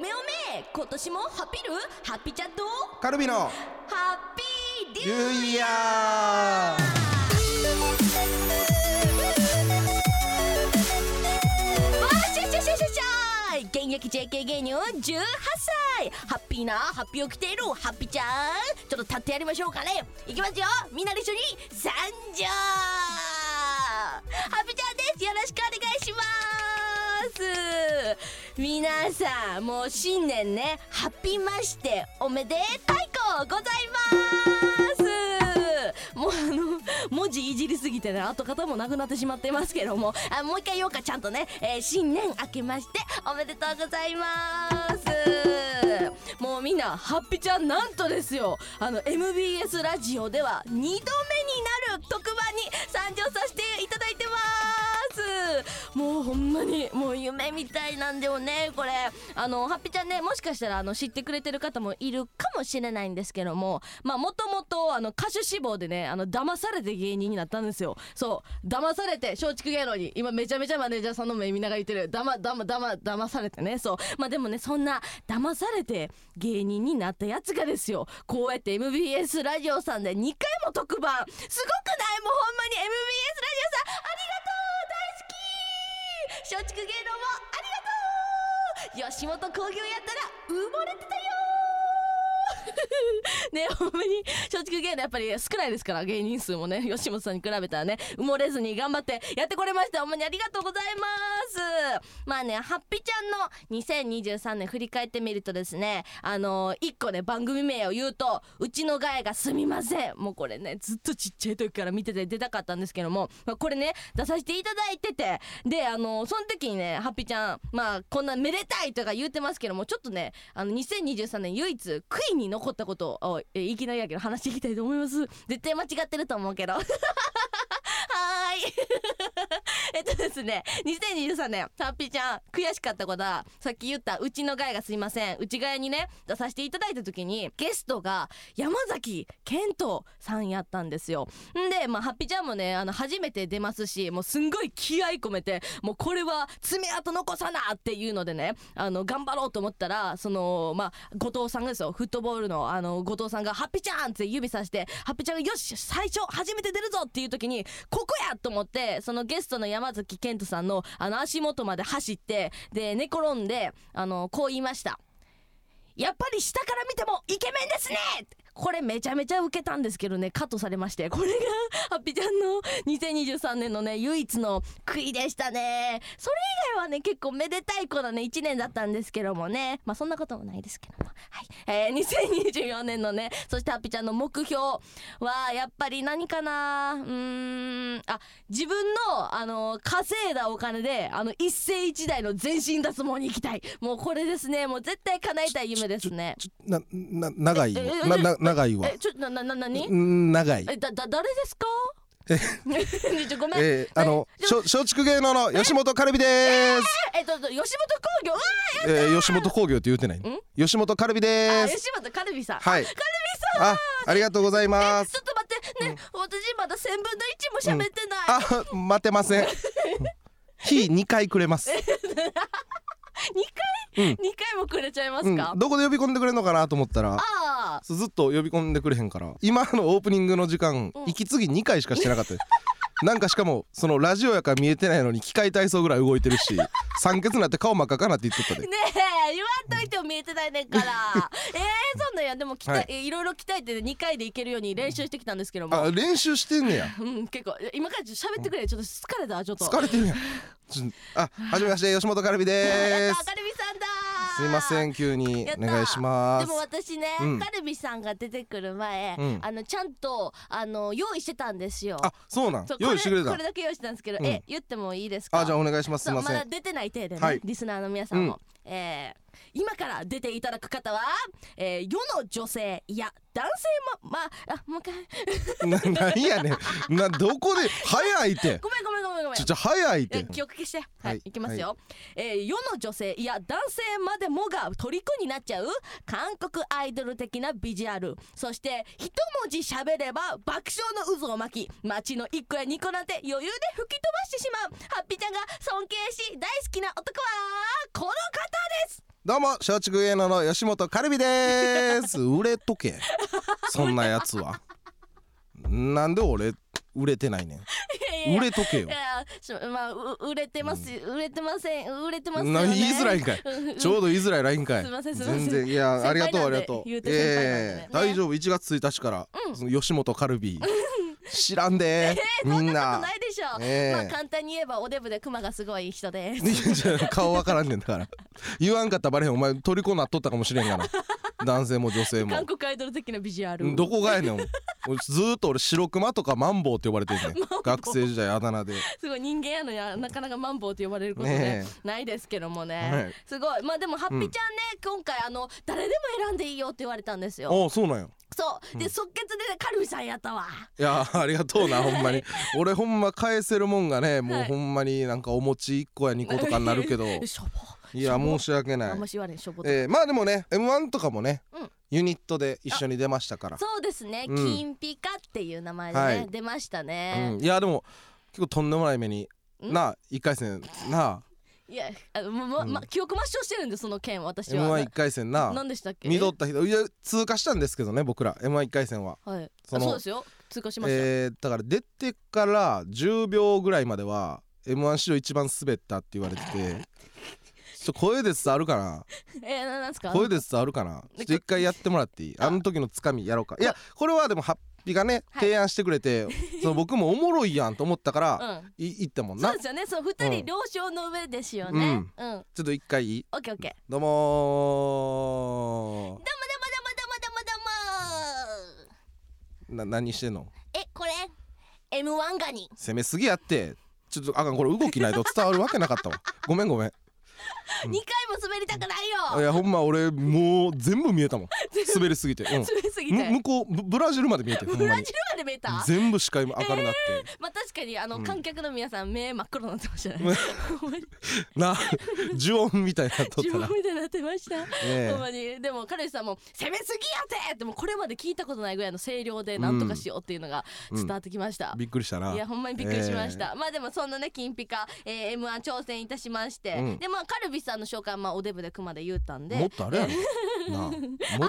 で今年もハピルハピチャットカルビのハッピーデューニューイヤーわーしゃしゃしゃしゃしゃー現役 JK 芸人18歳ハッピーなハッピーを着ているハッピーちゃんちょっと立ってやりましょうかねいきますよみんなで一緒に参上ハッピーちゃんですよろしくお願いします皆さんもう新年ねハッピーましておめでたいこございますもうあの文字いじりすぎてね跡形もなくなってしまってますけどもあもう一回言おうかちゃんとね、えー新年明けましておめでとうございますもうみんなハッピちゃんなんとですよあの MBS ラジオでは2度目になる特番に参上させていただいてますもうほんまにもう夢みたいなんだよねこれあのハッピーちゃんねもしかしたらあの知ってくれてる方もいるかもしれないんですけどもまあもともとあの歌手志望でねあの騙されて芸人になったんですよそう騙されて松竹芸能に今めちゃめちゃマネージャーさんの目見ながら言ってるだまだまだま騙されてねそうまあでもねそんな騙されて芸人になったやつがですよこうやって MBS ラジオさんで2回も特番すごくないもうほんまに MBS ラジオさんありがとう大好き松竹芸能もありがとう吉本興業やったら埋もれてたよ ねほんまに松竹芸能やっぱり少ないですから芸人数もね吉本さんに比べたらね埋もれずに頑張ってやってこれましたほんまにありがとうございますまあねハッピちゃんの2023年振り返ってみるとですねあの一個ね番組名を言うとうちのガヤがすみませんもうこれねずっとちっちゃい時から見てて出たかったんですけども、まあ、これね出させていただいててであのその時にねハッピちゃんまあこんなめでたいとか言うてますけどもちょっとねあの2023年唯一悔いに残ったことをえいきなりやけど話していきたいと思います絶対間違ってると思うけど はーい えっとですね2023年ハッピーちゃん悔しかったことはさっき言ったうちのガヤがすいませんうちガヤにね出させていただいた時にゲストが山崎賢人さんやったんですよんでまあハッピーちゃんもねあの初めて出ますしもうすんごい気合い込めてもうこれは爪痕残さなっていうのでねあの頑張ろうと思ったらそのまあ後藤さんがですよフットボールのあの後藤さんが「ハッピーちゃん!」って指さしてハッピーちゃんが「よし最初初めて出るぞ!」っていう時に「ここや!」と思ってそのゲストの山崎賢人さんのあの足元まで走ってで寝転んであのこう言いました。やっぱり下から見てもイケメンですねこれめちゃめちゃ受けたんですけどねカットされましてこれがハッピーちゃんの2023年のね唯一の悔いでしたねそれ以外はね結構めでたい子のね1年だったんですけどもねまあそんなこともないですけどもはい、えー、2024年のねそしてハッピーちゃんの目標はやっぱり何かなうーんあ自分のあの稼いだお金であの一世一代の全身脱毛に行きたいもうこれですねもう絶対叶えたい夢ですねちょなな長いわええなえな長いわえちょななな何うん長いえだだ誰ですかえちょごめんえーあのえしょ松竹芸能の吉本カルビですえっと吉本興業うわえー吉本興業って言ってないん吉本カルビーあです吉本カルビさんはいあカルビさんあありがとうございまえちすょっと待ってね、私まだ千分の一も喋ってない、あ待ってませ ん日2回くれます二回二、回もくれちゃいますか、うん、どこで呼び込んでくれるのかなと思ったらああそうずっと呼び込んでくれへんから今のオープニングの時間、うん息継ぎ2回しかしてなかったです なんかしかもそのラジオやから見えてないのに機械体操ぐらい動いてるし酸欠になって顔真っ赤かなって言っ てたでねえ言わんといても見えてないねんからえー、そんなんやでも鍛え、はいい、ろいろ鍛えて2回でいけるように練習してきたんですけどもあ練習してんねやうん結構今からちょっと喋ってくれちょっと疲れたちょっと疲れてるやん ちょあはじめまして吉本カルビやでったす明るみさんだすいませんん急にやったお願いしまですも私ね、うんカルビさんが出てくる前、うんあのちゃんとあの用意してたんですよあそうなんそうこれ用意してくれたこれだけ用意してたんですけど、うんえ言ってもいいですかあじゃあお願いしますすそいうまませんだ出てない体でね、はいリスナーの皆さんも、えー今から出ていただく方は、えー世の女性いや男性もまああもう一回 ななんやねんなどこで早いっ てごめんごめんごめんごめんちょちょ早いえって記憶消してはい、はいい、きますよ、えー世の女性いや男性までもが虜になっちゃう韓国アイドル的なビジュアルそして一文字喋れば爆笑の渦を巻き街の1個や2個なんて余裕で吹き飛ばしてしまうハッピーちゃんが尊敬し大好きな男はこの方ですどうも松竹芸能の吉本カル ビです売れとけそんなやつはなんで俺売れてないねいやいんや売れとけよいやしまあう売れてます、売れてません売れてますよなね言いづらいんかいうんちょうど言いづらいラインかいすいませんすいません全然いやありがとうありが先輩なんとうで言うて先輩なんでえねえ大丈夫1月1日からその吉本カルビ知ら んでみんなないでしょう、ええまあ簡単に言えばおデブでクマがすごい人ですいやじゃあ顔わからんねんだから言わんかったらバレへんお前虜なっとったかもしれんがな男性も女性も韓国アイドル的なビジュアルどこがやねん お前俺ずーっと俺白熊とかマンボウって呼ば れてるねん学生時代あだ名ですごい人間やのになかなかマンボウと呼ばれることねねないですけどもね、はいすごいまあでもハッピーちゃんね、今回あの誰でも選んでいいよって言われたんですよああそうなんやそうで、即決でねカルビさんやったわいやありがと うなほんまに俺ほんま返せるもんがねもうはいほんまになんかお餅1個や2個とかになるけ どしょぼい やしょぼ申し訳なあいんまし言われんしょぼとかえーまあでもね m 1とかもね、うんユニットで一緒に出ましたから、そうですね、うん金ピカっていう名前でね、はい出ましたうねん、、いやでも結構とんでもない目にんなあ1回戦なあいやあのままま記憶抹消してるんでその件私 m は1 1回戦な何でしたっけ見とった人いや通過したんですけどね僕ら m 1 1回戦は。はいそそのそうですよ通過しましたよ、えーだから出てから10秒ぐらいまでは m 1史上一番滑ったって言われて て。ちょ声で伝わるかなえー、ななんですか声で伝わるかなちょっと一回やってもらっていいあの時のつかみやろうかいやこれはでもハッピーがねはい提案してくれ て、その僕もおもろいやんと思ったから、うんい言ったもんそなうですよねそう二うん人了承の上ですよねうん、オッちょっと一回いいケーオッケーどうどうもどうもどうもどうもどもうもーな何してんのえこれ M1 ガニ攻めすぎやってちょっとあかんこれ動きないと伝わるわけなかったわごめんごめん二、回も滑りたくないいよやほんま俺もう全部見え たもん滑りすぎて、うん滑りすぎむて向こうブブラジルまで見えてほんブまラにジルまで見えた全部視界も明るなって、まあ確かにあの、観客の皆さん目真っ黒になってましたね ほんまに な呪音みたいなのとっ自た分らみたいになってました、えほんまにでも彼氏さんも「攻めすぎやて!」ってもうこれまで聞いたことないぐらいの声量でなんとかしようっていうのが伝わってきました、びっくりしたないやほんまにびっくりしました、まあでもそんなね金ピカ、えー、m 1挑戦いたしまして、うんでまあカルビさんの紹介はまあおデブで熊で言ったんでもっとあれ やろなあもっあと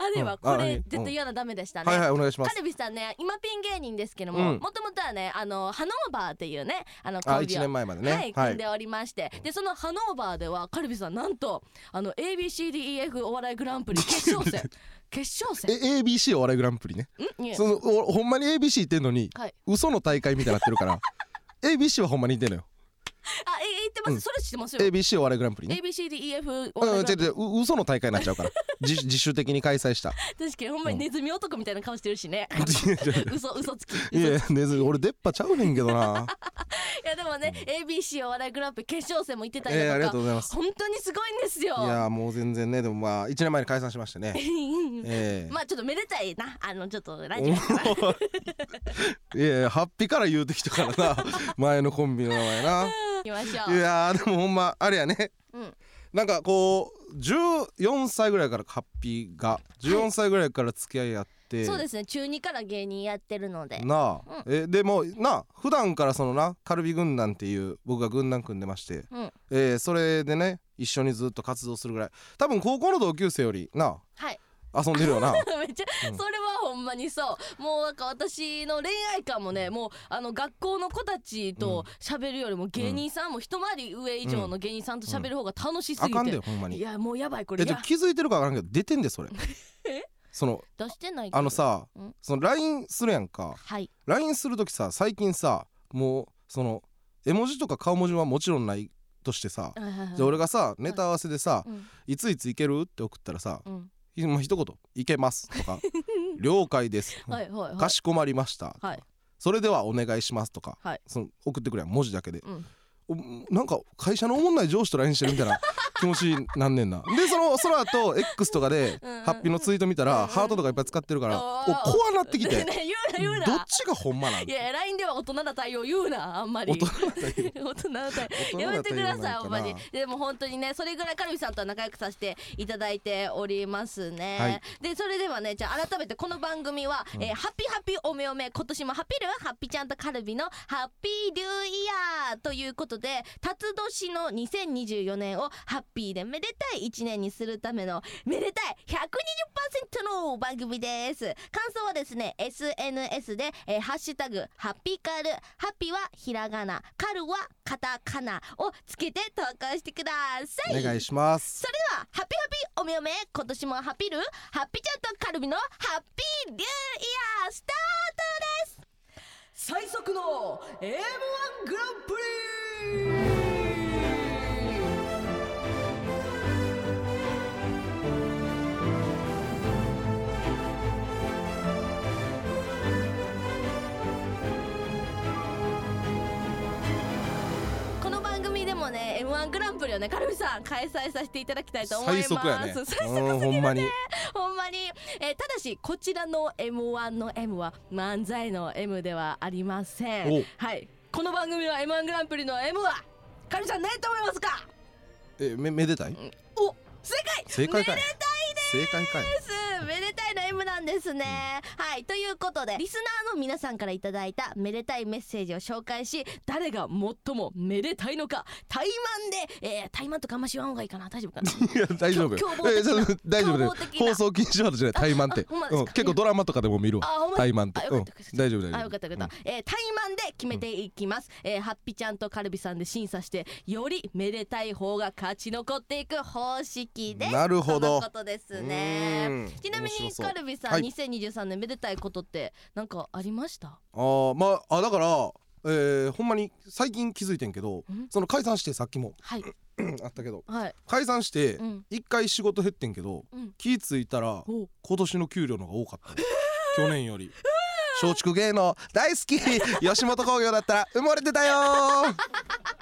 あれうはんこあいいれうん絶対嫌なダメでしたね、はいはいお願いしまカすルビさんね今ピン芸人ですけどうもんもともとはねあのハノーバーっていうねあのあコンビ1を年前までねはい、組んでおりまして、でそのハノーバーではカルビさんなんとあの ABCDEF お笑いグラン プリ決勝戦決勝戦え ABC お笑いグランプリねんいえそのおほんまに ABC 言ってんのに、はい嘘の大会みたいになってるから ABC はほんまに言ってんのよあえ言ってます、うんそれ知ってますよ、 ABC お笑いグランプリね ABCDEF おうん笑い違うグランプ違うう嘘の大会になっちゃうから自自主的に開催した リ確かにほんまにネズミ男みたいな顔してるしね 嘘嘘つき嘘つきいやいやねず俺出っ歯ちゃうねんけど ないやでもね、ABC お笑いグランプリ決勝戦も行ってたりえーありだとがとか、うございます本当にすごいんですよい やもう全然ねでもまあ1年前に解散しましてねええまあちょっとめでたいなあのちょっとラジオ おいやいやハッピーから言うてきたからな前のコンビの名前な行きましょいうやーでもほんまあれやね、うんなんかこう14歳ぐらいからハッピーが14歳ぐらいから付き合いあって、そうですね中2から芸人やってるのでなあ、えでもなあ普段からそのなカルビ軍団っていう僕が軍団組んでまして、うんえーそれでね一緒にずっと活動するぐらい多分高校の同級生よりなはいあ遊んでる よなめっちゃ、それはほんまにそうもうなんか私の恋愛観もねもうあの学校の子たちと喋るよりも芸人さんも一回り上以上の芸人さんと喋る方が楽しすあぎて、かんでよほんまいにやもうやばいこれえいちょや気づいてるかわからんけど出てん でそれその出してないけどあのさ、うんその LINE するやんかはい LINE する時さ最近さもうその絵文字とか顔文字はもちろんないとしてさ、じゃあ俺がさネタ合わせでさ、うんいついつ行けるって送ったらさ、うんひまあ一言「いけます」とか「了解です」はいはいはいかしこまりました」とかはいそれではお願いします」とか、はいその送ってくれやん文字だけで、うん おなんか会社のおもんない上司と LINE してるみたいな気持ちになんねんなでそののその後 X とかでうんハッピーのツイート見たうんうらんハートとかいっぱい使ってるからおおー怖なってき ねてどっ言うな言うなちがほんまなんいや LINE では大人な対応言うなあんまり大人だったり 大人な対大人応な対や応めてくださいなんかなほんまにでも本当にねそれぐらいカルビさんとは仲良くさせていただいておりますね、はいでそれではねじゃあ改めてこの番組は、えーハッピーハッピーおめおめ今年もハッピルハッピちゃんとカルビのハッピーデューイヤーということで辰年の2024年をハッピーでめでたい1年にするためのめでたい120%の番組です感想はですね SNS で、えーハッシュタグハッピーカルハッピーはひらがなカルはカタカナをつけて投稿してくださいお願いしますそれではハッピーハッピーおめおめ今年もハッピルハッピーちゃんとカルビのハッピーニューイヤースタートです最速の M1 グランプリこの番組でもね M1 グランプリをねカルビさん開催させていただきたいと思いま最す速やね最速うんほんまにほんまに、えーただしこちらの M1 の M は漫才の M ではありませんおはいこの番組の M1 グランプリの M はカルビさん何と思いますかえめめでたいお正解正解かいめでたいです正解かいめでたいの M なんですね、はいということでリスナーの皆さんからいただいためでたいメッセージを紹介し誰が最もめでたいのか対マンで、えー、対マンとかあんまし言わん方がいいかな大丈夫かないや大丈夫凶暴的なえちょっと大丈夫だよ凶暴的な放送禁止ワードじゃない怠慢ってあほんまですかうん結構ドラマとかでも見るわあほんま怠慢ってあようかんったよかった大丈夫大丈夫あよかったよかった、えー、対マンで決めていきます、えーハッピちゃんとカルビさんで審査してよりめでたい方が勝ち残っていく方式ですなるほどとのことですうねんちなみ面白にそうカルビさん、はい2023年めでたいことってなんかありましたあーまああだからえーほんまに最近気づいてんけどんその解散してさっきもはいあったけどはい解散してうん一回仕事減ってんけどうん気ぃついたらお今年の給料の方が多かったの去年より松竹芸能大好 き吉本興業だったら埋もれてたよー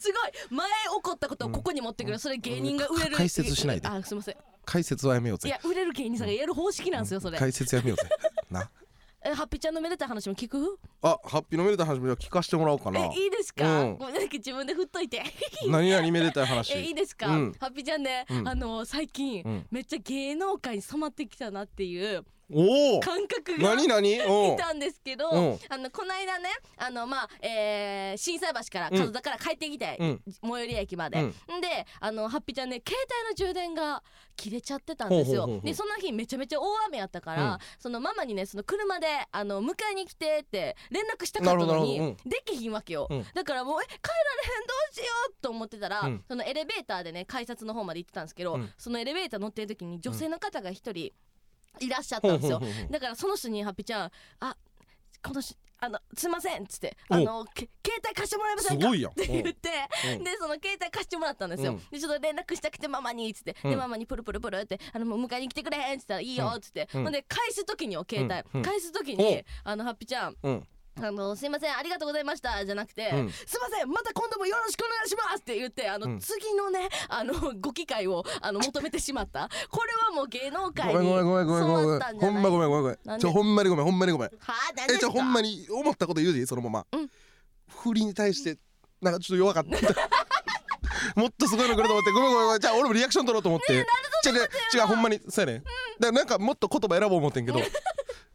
すごい前起こったことをここに持ってくる、それ芸人が売れるか解説しないであすいません解説はやめよういぜや売れる芸人さんがやる方式なんですよそれ、解説やめようぜなえハッピちゃんのめでたい話も聞くあハッピーのめでたい話もじゃあ聞かせてもらおうかなえいいですか、うんごめんなさい自分で振っといて何々めでたい話えいいですか、うんハッピーちゃんね、うんあの最近、うんめっちゃ芸能界に染まってきたなっていうおお感覚が何何お見うたんですけど、うんあのこの間ねあのまあ、えー、震災橋から門田から帰ってきて、うん最寄り駅まで、うんんであのハッピーちゃんね携帯の充電が切れちゃってたんですよほうほうほうほうでその日めちゃめちゃ大雨やったから、うんそのママにねその車であの迎えに来てって連絡したかったなるのほどなに、るほどうんできひんわけよ、うんだからもうえ帰られへんどうしようと思ってたら、うんそのエレベーターでね改札の方まで行ってたんですけど、うんそのエレベーター乗ってる時に女性の方が一人いらっしゃったんですよ、ほうほうほうほうだからその人にハッピーちゃん「あこのしあのすいません」っつって「おあのけ携帯貸してもらえませんか?」すっごいやんて言っておうでその携帯貸してもらったんですよ、うんでちょっと連絡したくてママにっつって、うでんママにプルプルプルってあのもう迎えに来てくれへんっつったらいいよっつって、うんほんで返す時にお携帯、うんうん返す時おにうあのハッピーちゃんうんあのすいませんありがとうございましたじゃなくて、うんすいませんまた今度もよろしくお願いしますって言ってあの、うん次のねあのご機会をあの求めてしま ったこれはもう芸能ご界めにんごめんごめんごめ染んごめまんったんじほゃんなまいごめんごなんでめんごめんちょほんまにごめんほんまにごめんはあ何でえすじかゃあほんまに思ったこと言うでいいそのまま、うん振りに対してなんかちょっと弱かった もっとすごいの来ると思ってごめんごめんごめんじゃあ俺もリアクション取ろうと思って、違う違う違うほんまにそうやね、ん、だからなんかもっと言葉選ぼう思ってんけど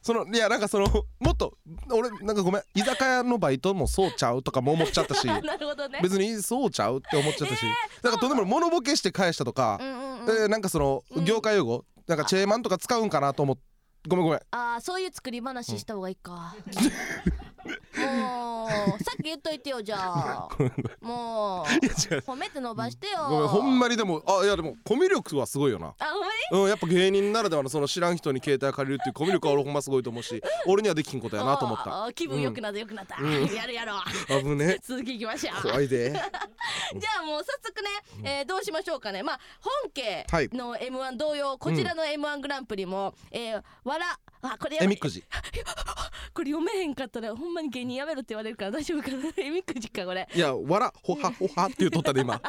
そのいやなんかそのもっと俺なんかごめん居酒屋のバイトもそうちゃうとかも思っちゃっ たしなるほどね別にそうちゃうって思っちゃったし、なんかとんでもない物ボケして返したとかう、んうんうんえーなんかそのうん業界用語、なんかチェーマンとか使うんかなと思ってごめんごめんああそういう作り話した方がいいか、もうさっき言っといてよじゃあもいうや違う褒めて伸ばしてよごめんほんまににでもあいやでもコミュ力はすごいよなあほんまにうんやっぱ芸人ならではのその知らん人に携帯借りるっていうコミュ力は俺ほんますごいと思うし俺にはできひんことやなと思ったあー気分良くなった良くなった、やるやろう危ね続きいきましょう怖い でじゃあもう早速ね、えーどうしましょうかねまあ本家の m 1同様こちらの m 1グランプリも、えーわらあわこれやばえいみくじこれ読めへんかったらほんまに芸人やめろって言われるから大丈夫かなえみくじかこれいやわらほはほはって言うとったで 今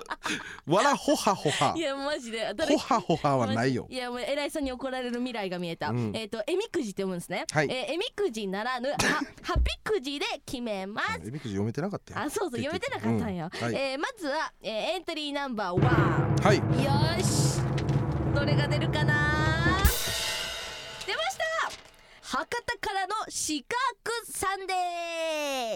わらほはほはいやマジでほはほははないよいやもう偉いさんに怒られる未来が見えた、うんえっ、とえみくじって読むんですね、はいえーえみくじな らぬはハピくじで決めますえみくじ読めてなかったよあそうそう読めてなかったんや、うんはいえーまずは、えーエントリーナンバーワはいンよーしどれが出るかな出ました博多からの四角さん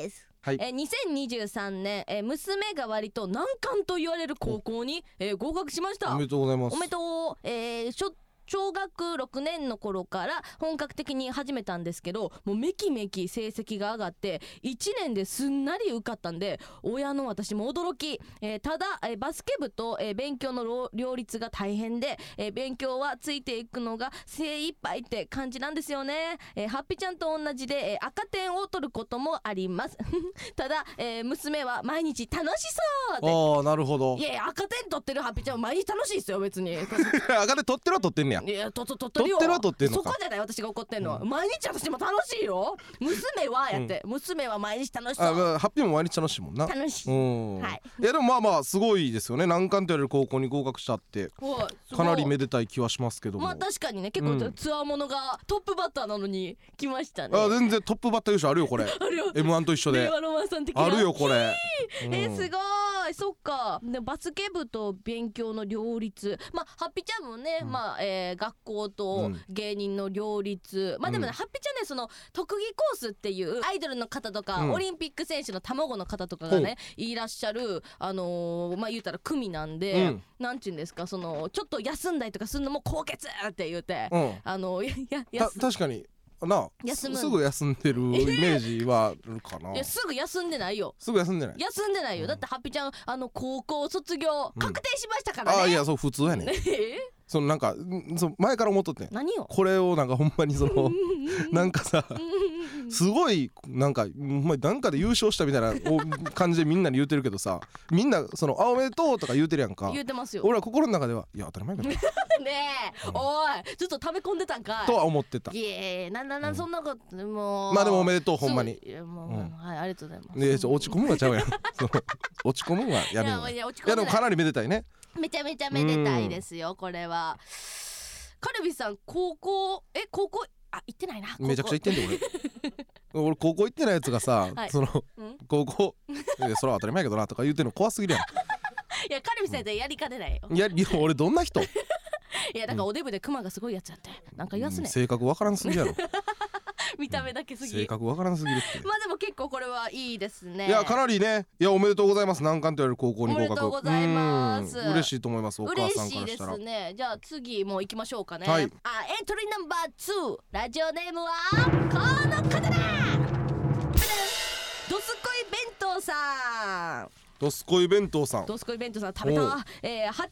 ですはいえー2023年、えー娘が割と難関と言われる高校に、えー合格しましたおめでとうございますおめでとう、えー、しょ小学6年の頃から本格的に始めたんですけどもうめきめき成績が上がって1年ですんなり受かったんで親の私も驚き、えーただ、えーバスケ部と、えー勉強のろ両立が大変で、えー勉強はついていくのが精一杯って感じなんですよね、えーハッピーちゃんと同じで、えー赤点を取ることもあります ただ、えー娘は毎日楽しそうでああなるほどいやいや赤点取ってるハッピーちゃん毎日楽しいですよ別に赤で取ってるは取ってんねやいやととととるよ取ってるは取ってんのかそこじゃない私が怒ってんのは、毎日私も楽しいよ娘はやって、娘は毎日楽しそあうまあハッピーも毎日楽しいもんな楽しういん、はいいやでもまあまあすごいですよね難関と言われる高校に合格したっておいすごかいなりめでたい気はしますけども、まあ確かにね結構うんツアーものがトップバッターなのに来ましたねあ全然トップバッター優勝あるよこれ あるよ m 1と一緒令 で和ロマンさん的なあるよこれ、うんえーすごいそっかでバスケ部と勉強の両立まあハッピーちゃんもね、まあ、えー学校うとん芸人の両立、まあでもね、うんハッピーちゃんねその特技コースっていうアイドルの方とか、うんオリンピック選手の卵の方とかがねいらっしゃるあのーまあ言うたら組なんで、うんなんちゅうんですかそのちょっと休んだりとかするのも高血って言うて、うんあのいやいやた確かになあ休すむすぐ休んでるイメージはあるかないやすぐ 休んでないよすぐ休んでない休んでないよ、だってハッピーちゃんあの高校卒業確定しましたからね、あいやそう普通やねんえそのなんかんそう前から思っとってん 何よこれをなんかほんまにそのなんかさすごいなんかほんまになんかで優勝したみたいなお感じでみんなに言うてるけどさみんなその「あおめでとう」とか言うてるやんか言うてますよ俺は心の中では「いや当たり前かな ねえおいずっと食べ込んでたんか」とは思ってたいいえなんだなんそんなこともうまあでもおめでとうほんまにそういやもううんはいありがとうございますねちょ落ち込むんはちゃ うやんその落ち込むんはやめよういやいや落ち込んでいなやでいもかなりめでたいねめちゃめちゃめでたいですよこれはカルビさん高校え高校あ行ってないな高校めちゃくちゃ行ってんで 俺俺高校行ってないやつがさ、はいそのうん高校いやそれは当たり前やけどなとか言うてんの怖すぎ るやいやカルビさんやったらやりかねないよんいやいや俺どんな人いやなんかおデブでクマがすごいやつやってなんか言わすうんね性格わからんすぎやろ見た目だけすぎ性格わからんすぎるってまあでも結構これはいいですねいやかなりねいやおめでとうございます難関と言われる高校に合格おめでとうございますうん嬉しいと思いますお母嬉さんかしいらでしたらすねじゃあ次もう行きましょうかね、はいあエントリーナンバー2ラジオネームはこの方だどすこい弁当さんドスコイ弁当さんどすこい弁当さん食べおうた、えー、85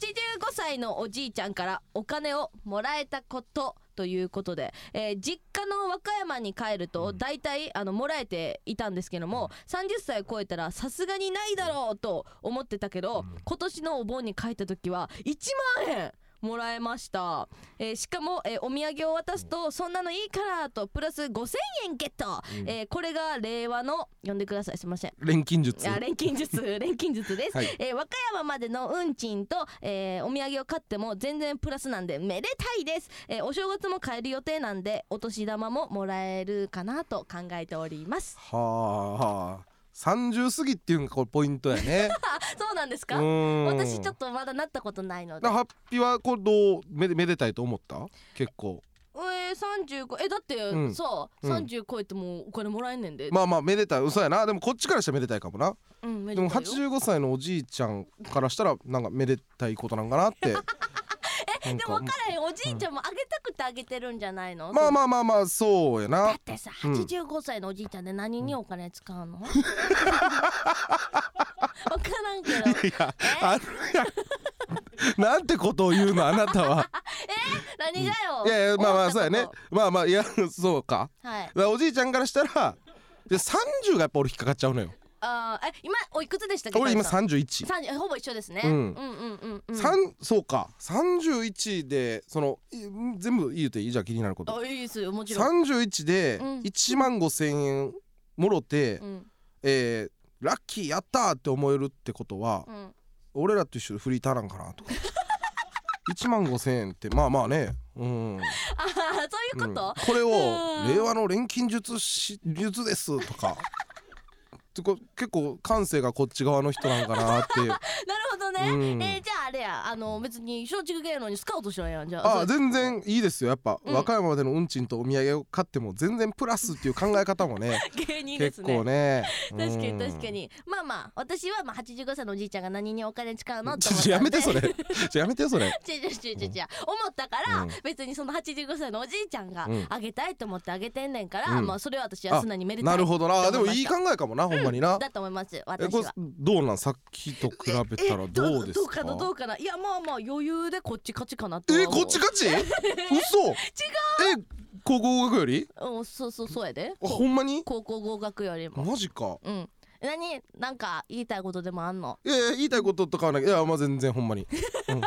歳のおじいちゃんからお金をもらえたことということで、えー実家の和歌山に帰ると大体あのもらえていたんですけども30歳を超えたらさすがにないだろうと思ってたけど今年のお盆に帰った時は1万円もらえました、えーしかも、えーお土産を渡すとそんなのいいからとプラス5000円ゲット、えーこれが令和の呼んでくださいすいません錬金術あ錬金術 錬金術です、はいえー和歌山までの運賃と、えーお土産を買っても全然プラスなんでめでたいです、えーお正月も買える予定なんでお年玉ももらえるかなと考えておりますはあはあ30過ぎっていうのがこれポイントやねあそうなんですうかん 私ちょっとまだなったことないのでなハッピーはこれどうめでめでたいと思った結構えー、35えだって、うんさうん30超えてもお金もらえんねんで、まあまあめでたい嘘やなでもこっちからしたらめでたいかもなうんめででもたいよ85歳のおじいちゃんからしたらなんかめでたいことなんかなって えでも分からへんおじいちゃんもあげたくてあげてるんじゃないの、まあまあまあまあそうやだなってさ、うん85歳のおじいちゃんで何にお金使うの、 わからんけどいやあるやんなんてことを言うのあ なたは何がよ、いやいやまあまあそうや思っねたこまあまあいやそうかとはいだからおじいちゃんからしたらで30がやっぱ俺引っかかっちゃうのよあーえ今おいくつでしたっけ俺今三31十ほぼ一緒ですね、う、うんんうんうんうん三そうか31でそのい全部言うていいじゃあ気になることあいいですよもちろん、 31でうん1万5千円もろて、うんえーラッキーやったーって思えるってことは、うん、俺らと一緒でフリーターなんか なと1万5千円ってまあまあねうんあーそういうこと、うんこれをうん令和の錬金術師術ですとか てこ結構感性がこっち側の人なんかなってい うなるほどね、うんえーじゃああれやあの別に松竹芸能にスカウトしようやんじゃあああ全然いいですよやっぱ、うん和歌山までの運賃とお土産を買っても全然プラスっていう考え方 もね芸人です結ね構ね確かうにん確かにまあまあ私はまあ85歳のおじいちゃんが何にお金使うのって ちょ思っちたょやんめでてそれちょやめて それ違う違う違う違う違う思ったから、うん別にその85歳のおじいちゃんがうんあげたいと思ってあげてんねんから、うんまあそれは私は素直にめでたいなるほどなってで思もまいしいた考えかもなほんまにな、だと思いますえ私これは。どうなんさっきと比べたらどうですかどうどうかないやまあまあ余裕でこっち勝ちかなとはえ思うこっち勝ち 嘘違うえ高校合格よりうんそうそうそうやであほんまに高校合格よりもマジかうん何なんか言いたいことでもあんのいやいや言いたいこととかはないいやまあ全然ほんまに、うん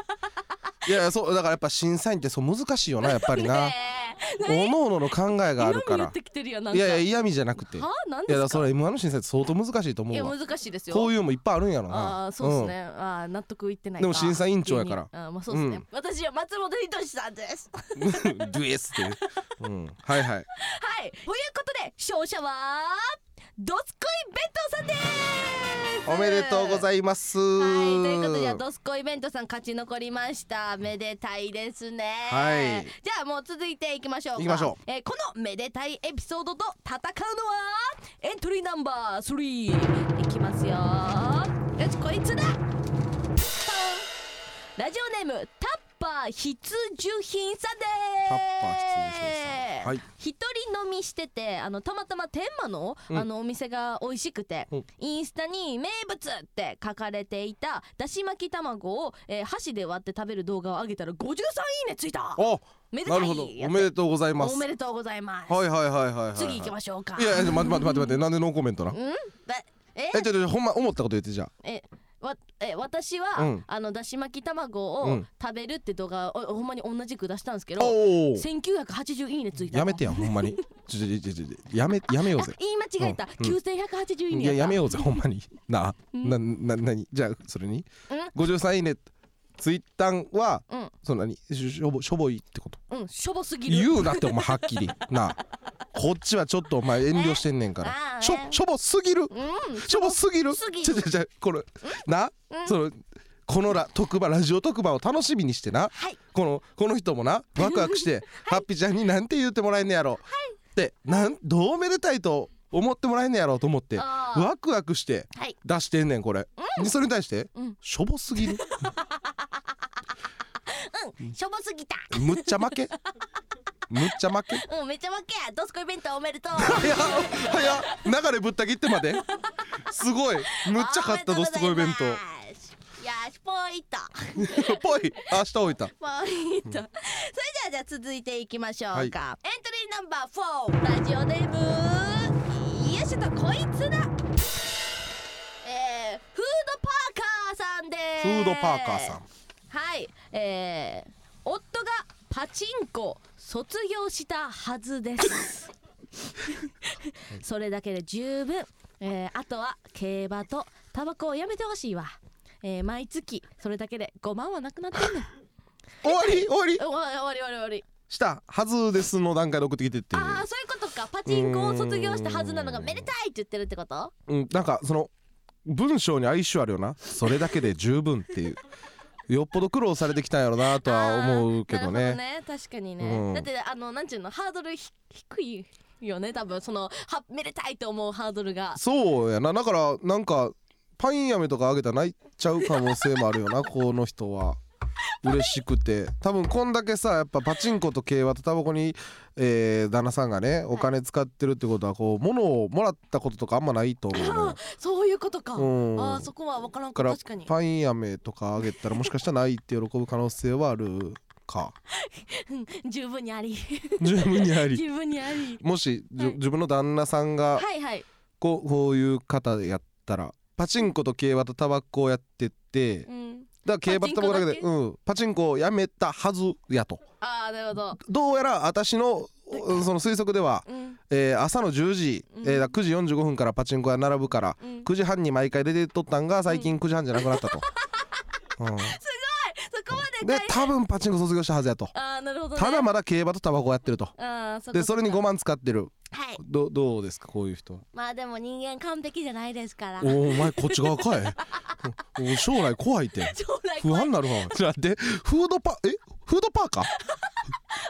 いやいやそうだからやっぱ審査員ってそう難しいよなやっぱりなねえ各々の考えが何あ嫌味るか言らってきてるやんなんいかやいや嫌味じゃなくていやはあ何だでからすかそれ M1 の審査って相当難しいと思いうやわ難しいですよこういうのもいっぱいあるんやろあなあそうですね、ああ納得いってないかでも審査委員長やから芸人ああまあそうですね、うん私は松本人志さんですはうん デュエスって、うん、はいはいいということで勝者はドスコイ弁当さんですおめでとういごますざいますはいということでドスコイ弁当さん勝ち残りましためでたいですねはいじゃあもう続いていきましょうか行きましょう、えーこのめでたいエピソードと戦うのはエントリーナンバー3いきますよよしこいつだラジオネームタッパー必需品さんですタッパー必需品さんはい一人飲みしててあのたまたま天満の,、うんあのお店が美味しくて、うんインスタに「名物!」って書かれていただし巻き卵を、えー箸で割って食べる動画を上げたら53いいねついたあめでたないるほどやおつめでとうございますおめでとうございます、はいはいはいはいはいはい次行きましょうかいやいや待って待って待って待ってなんでノーコメントなうんだええちょちょほんま思ったこと言ってじゃあえわえ私は、うんあのだし巻き卵うをん食べるって動画をほんまに同じく出したんですけど、おお1980いいねついたやめてやほんまにちょちょちょちょちょやめやめようあぜ言い間違えた、うんうん9180いいいねややめよようぜほんまになあうんなななにじゃあそれにうん53いいねツイッターはうんそんなにししょぼしょぼいってことうんしょぼすぎる言うなってお前はっ きりなあこっちはちょっとお前遠慮してんねんかああらねしょしょぼすぎるうんしょぼすぎるすぎるちょちょちょこれなそのこのら特番ラジオ特番を楽しみにしてなはいこのこの人もなワクワクして、 ハッピーちゃんになんて言ってもらえんねやろ、ってなんどうめでたいと思ってもらえんねやろと思ってあーワクワクしてはい出してんねんこれ、でそれに対して、うんしょぼすぎるうんしょぼすぎたむっちゃ負けむっちゃ負けうんめちゃ負けやドスコイ弁当おめでとう早っ早っ流れぶった切ってまですごい むっちゃ買ったドスコイ弁当おめでとうございますよしポイントぽい明日置いたポイントそれではじゃあ続いていきましょうか、はいエントリーナンバー4ラジオネームよいしょとこいつだえー、フードパーカーさんですフードパーカーさんはい、えー、夫がパチンコ卒業したはずです。それだけで十分、えー、あとは競馬とタバコをやめてほしいわ。えー、毎月それだけで5万はなくなってんねん。 終わり終わ終わりり終わり終わり終わり。したはずですの段階で送ってきてってああそういうことか。パチンコを卒業したはずなのがめでたいって言ってるってこと？うん、なんかその文章に哀愁あるよなそれだけで十分っていうよっぽど苦労されてきたんやろなとは思うけあどーなるほねどね確かにね、うんだってあのなんていうのハードルひ低いよね多分そのはめでたいと思うハードルがそうやなだからなんかパイン飴とかあげたら泣いちゃう可能性もある よなこの人は嬉しくて多分こんだけさやっぱパチンコと競馬とタバコに、えー旦那さんがねお金使ってるってことはこう物をもらったこととかあんまないと思うねそういうことか、うんあーそこは分からんだかから確かにパイン飴とかあげたらもしかしたらないって喜ぶ可能性はある か十分にあり十分にあり十分にありもし、じゅはい自分の旦那さんがはいはいこうこういう方やっったらパチンコと競馬とタバコをやってて、だかうん、ら競馬とタバコだけでパチンうん、パチンコをやめたはずやとああなるほど、どうやら私のうんその推測では、うんえー朝の10時、えーだから9時45分からパチンコ屋並ぶからうん、 9時半に毎回出てっとったんが最近9時半じゃなくなっ たと。うんそこまでで返多分パチンコ卒業したはずやとああなるほど、ね、ただまだ競馬とタバコをやってるとあーそこでそれに5万使ってるはいどどうですかこういう人はまあでも人間完璧じゃないですからおおお前こっち側か いおお将来怖いって将来不安になるわちょっと待ってフードパえフードパーか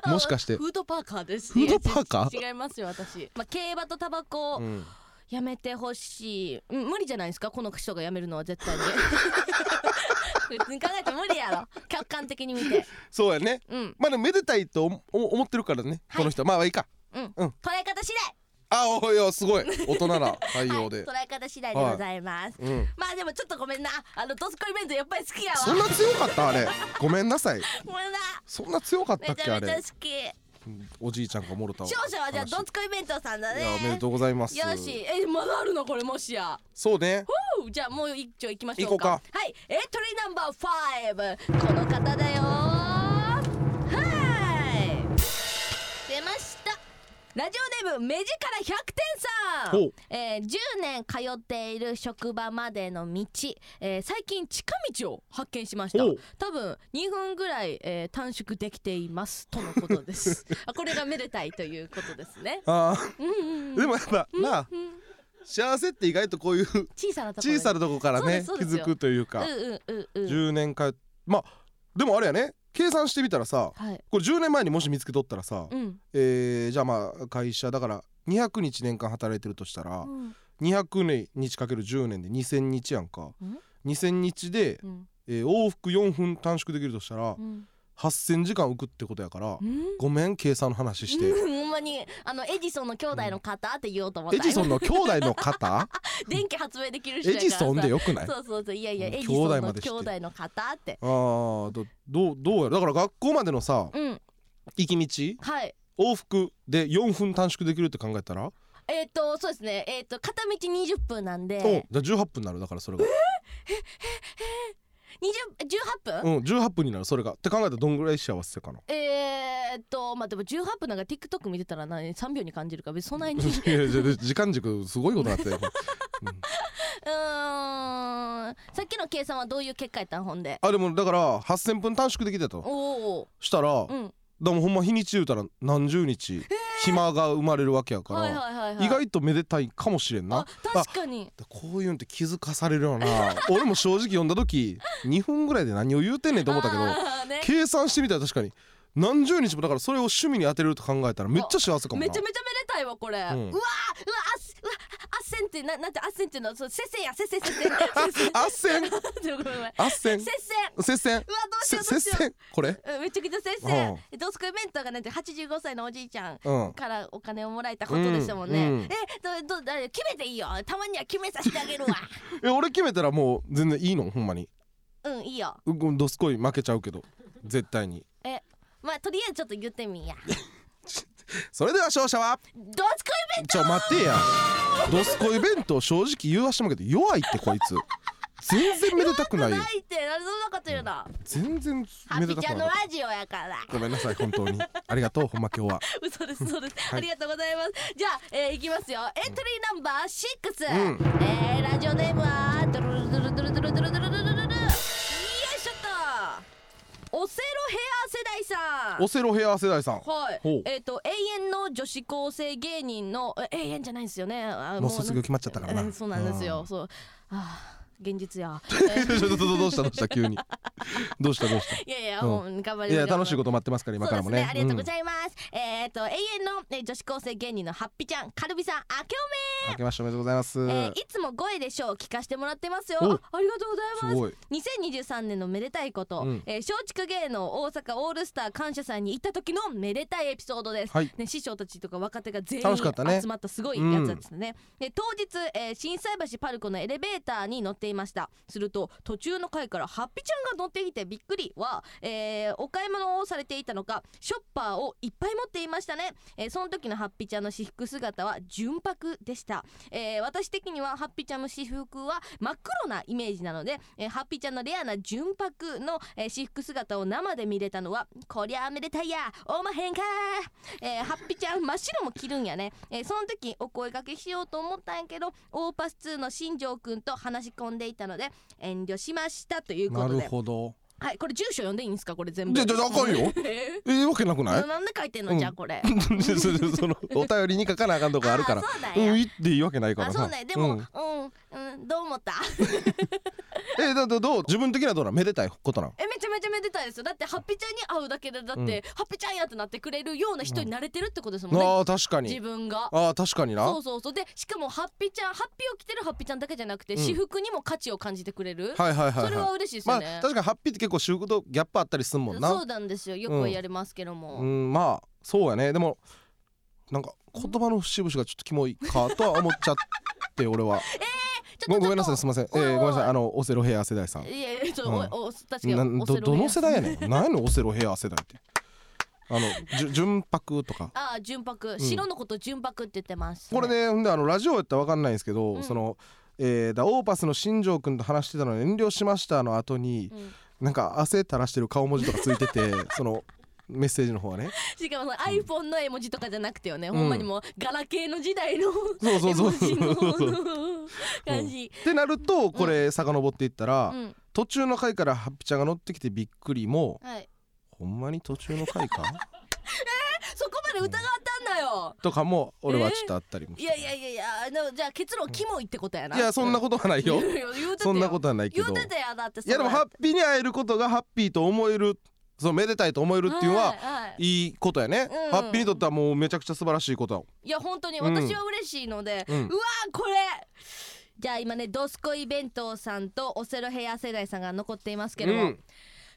もしかしてフードパーカーですフードパーカーいや違いますよ私まあ競馬とタバコうをんやめてほしい、うん、無理じゃないですかこの人がやめるのは絶対に 普通に考えても無理やろ客観的に見てそうやねうんまあでもめでたいと思思思ってるからねはいこの人はまあいいかうん、うん捉え方次あおいやすごい大人な第、対はい、捉応でえ方次第でございます、うんまあでもちょっとごめんなあのドスコイ弁当やっぱり好きやわそんな強かったあれごめんなさいごめんなそんな強かっためっちけゃあめちゃれ好きうんおじいちゃんがもろたわ勝者はじゃあドスコイ弁当さんだいねやおめでとうございますよしえまだあるのこれもしやそうねふうじゃあもう一丁行きましょう行かこはいエントリーナンバー5この方だよはい出ましたラジオネーム目力100点ほうさん、えー、10年通っている職場までの道、えー、最近近道を発見しましたほう多分2分ぐらい、えー、短縮できていますとのことです あこれがめでたいということですねあうんうんうんーでもやっぱなあうん幸せって意外とこういう小さなところに小さなとこからね気そうですそうですづよくといううかんうんうんうん10年かまあでもあれやね計算してみたらさはいこれ10年前にもし見つけとったらさうんえーじゃあまあ会社だから200日年間働いてるとしたらうん200日かける10年で2000日やんかうん2000日でうんえー往復4分短縮できるとしたらうん8000時間浮くってことやからうんごめん計算の話してうんほんまにあのエジソンの兄弟の方って言おうと思ったエジソンの兄弟 の方電気発明できる人エやからジさソンでよくないそうそうそういやいやエもうジソン兄弟のま兄でして弟の方ってあーどどうどうやらだから学校までのさうん行きはい道往復で4分短縮できるって考えたら、えっ、とそうですねえっ、と片道20分なんでおじゃあ18分になるだからそれが、 20 18分、うん18分になるそれがって考えたらどんぐらい幸せかなえっ、とまあでも18分なんか TikTok 見てたらな3秒に感じるから別にそんなにう いやじゃあ時間軸すごいことになって る、うんーんさっきの計算はどういう結果やったんほんであでもだから8000分短縮できてたとおおしたら、うんでもほんま日にち言うたら何十日暇が生まれるわけやから、はいはいはいはい意外とめでたいかもしれんなあ確かにでこういうのって気づかされるよな 俺も正直読んだ時2分ぐらいで何を言うてんねんと思ったけどあーね計算してみたら確かに何十日もだからそれを趣味に当てると考えたらめっちゃ幸せかもなめちゃめちゃめでたいわこれ、ううんわうわあっせうわあっせんってななんてあっせんっていうのそうせっせんやせっせんせっせん せっあっせんせんごめんごめんあっせんせっせん接戦うわどうしせようど接うしよ戦これううんめちゃくちゃせっうんせんドスコイ弁当がなんて85歳のおじいちゃんうんからお金をもらえたことでしたもんね、うんうんえどどだ決めていいよたまには決めさせてあげ るわえ俺決めたらもう全然いいのほんまにうんいいようんどすこい負けちゃうけど絶対にえまあとりあえずちょっと言ってみいやドスそれでは勝者はコイ弁ちょ待てやどすこい弁当正直言わしてもらうけど弱いってこいつ全然めでたく当ないよないってなんでそんなこと言うの、全然ハめッピでーたちゃくんのないラジオやからごめんなさい本当にありがとうほんま今日は嘘です嘘です、いありがとうございますじゃあ、えー、いきますよエントリーナンバー6、うんえー、ラジオネームはドゥルドゥルドゥルドゥルドゥルドゥルドゥルドゥルドゥルよいしょっとオセロヘア世代さんオセロヘア世代さんはいほう、えっ、と永遠の女子高生芸人のえ永遠じゃないんですよねあもう卒業決まっちゃったからなうんそうなんですよそうあー現実やちょっとどうしたどうした急にどうしたどうしいやいや、うんもう頑張たりいや楽しいとこと待ってますから今からもねそうですねありがとうございます、えっ、と永遠の、えー女子高生芸人のハッピーちゃんカルビさんあけおめうん明けましておめでとうございます、えーいつも声でしょう聞かせてもらってますよおあありがとうございすますごい2023年のめでたいこと、うんえー松竹芸能大阪オールスター感謝祭に行った時のめでたいエピソードです、はいね、師匠たちとか若手が全員楽しかったね集まったすごいやつですね、で当日、えー、震災橋パルコのエレベーターに乗っていましたすると途中の階からハッピちゃんが乗ってきてびっくりは、えーお買い物をされていたのかショッパーをいっぱい持っていまましたね、えーその時のハッピーちゃんの私服姿は純白でした、えー私的にはハッピーちゃんの私服は真っ黒なイメージなので、えーハッピーちゃんのレアな純白の、えー私服姿を生で見れたのはこりゃあめでたいやおまへんかー、えーハッピーちゃん真っ白も着るんやね、えーその時お声掛けしようと思ったんやけどオーパス2の新庄くんと話し込んでいたので遠慮しましたということでほどはいこれ住所読んでいいんですかこれ全部じゃじゃあかんよ えーえー、わけなくないなんで書いてんの、うんじゃあこれそそそのお便りに書かなあかん とこあるからあそうだうよん言っていいわけないからあさそうねでもうんん、うん、どう思った えー、だだどう自分的にはどうなんめでたいことなのえめちゃめちゃめでたいですよだってハッピーちゃんに会うだけでだって、うんハッピーちゃんやってなってくれるような人になれてるってことですもんね、あー確か自に分があー確かになそうそうそうでしかもハッピーちゃんハッピーを着てるハッピーちゃんだけじゃなくて、うん私服にも価値を感じてくれる、はいはいはい、はい、それは嬉しいですまよあね、確かにハッピーって結構仕事ギャップあったりするもんなそうなんですよよくやりますけども、うんまあそうやねでもなんか言葉の節々がちょっとキモいかとは思っちゃって俺は ちょっごとごめんなちさょいっすみませんえおいおいー、ごめんなさいあのオセロヘア世代さんといやいやちょっと、うんおお確かになんオセどロどのヘア世代やねん何やねんオセロヘア世代ってあのじゅ純白とかああ純白ん白のこと純白って言ってます、これねほんであのラジオやったら分かんないんですけど、うんそのえー、だオーパスの新庄君と話してたのに遠慮しましたの後にう、んなんか汗垂らしてる顔文字とかついて てそのメッセージの方はねしかもその iPhone の絵文字とかじゃなくてよね、ほんまにもうガラケーの時代のそうそう絵そう文字のそうそう感じ、ってなるとこれ遡っていったら、うん途中の回からハッピーちゃんが乗ってきてびっくりもはい、ほんまに途中の回かそこまで疑ったんだよ、とかも俺はちょっとあったりもいやいやいやいやでもじゃあ結論キモいってことやないやそんなことはないよ言うてたそんなことはないけ言どうてたやだっていやでもハッピーに会えることがハッピーと思えるそのめでたいと思えるっていうのははいはいいいことやね、うんハッピーにとってはもうめちゃくちゃ素晴らしいこといや本当にうん私は嬉しいので、うんわーこれじゃあ今ねドスコイ弁当さんとオセロヘア世代さんが残っていますけやれども、うん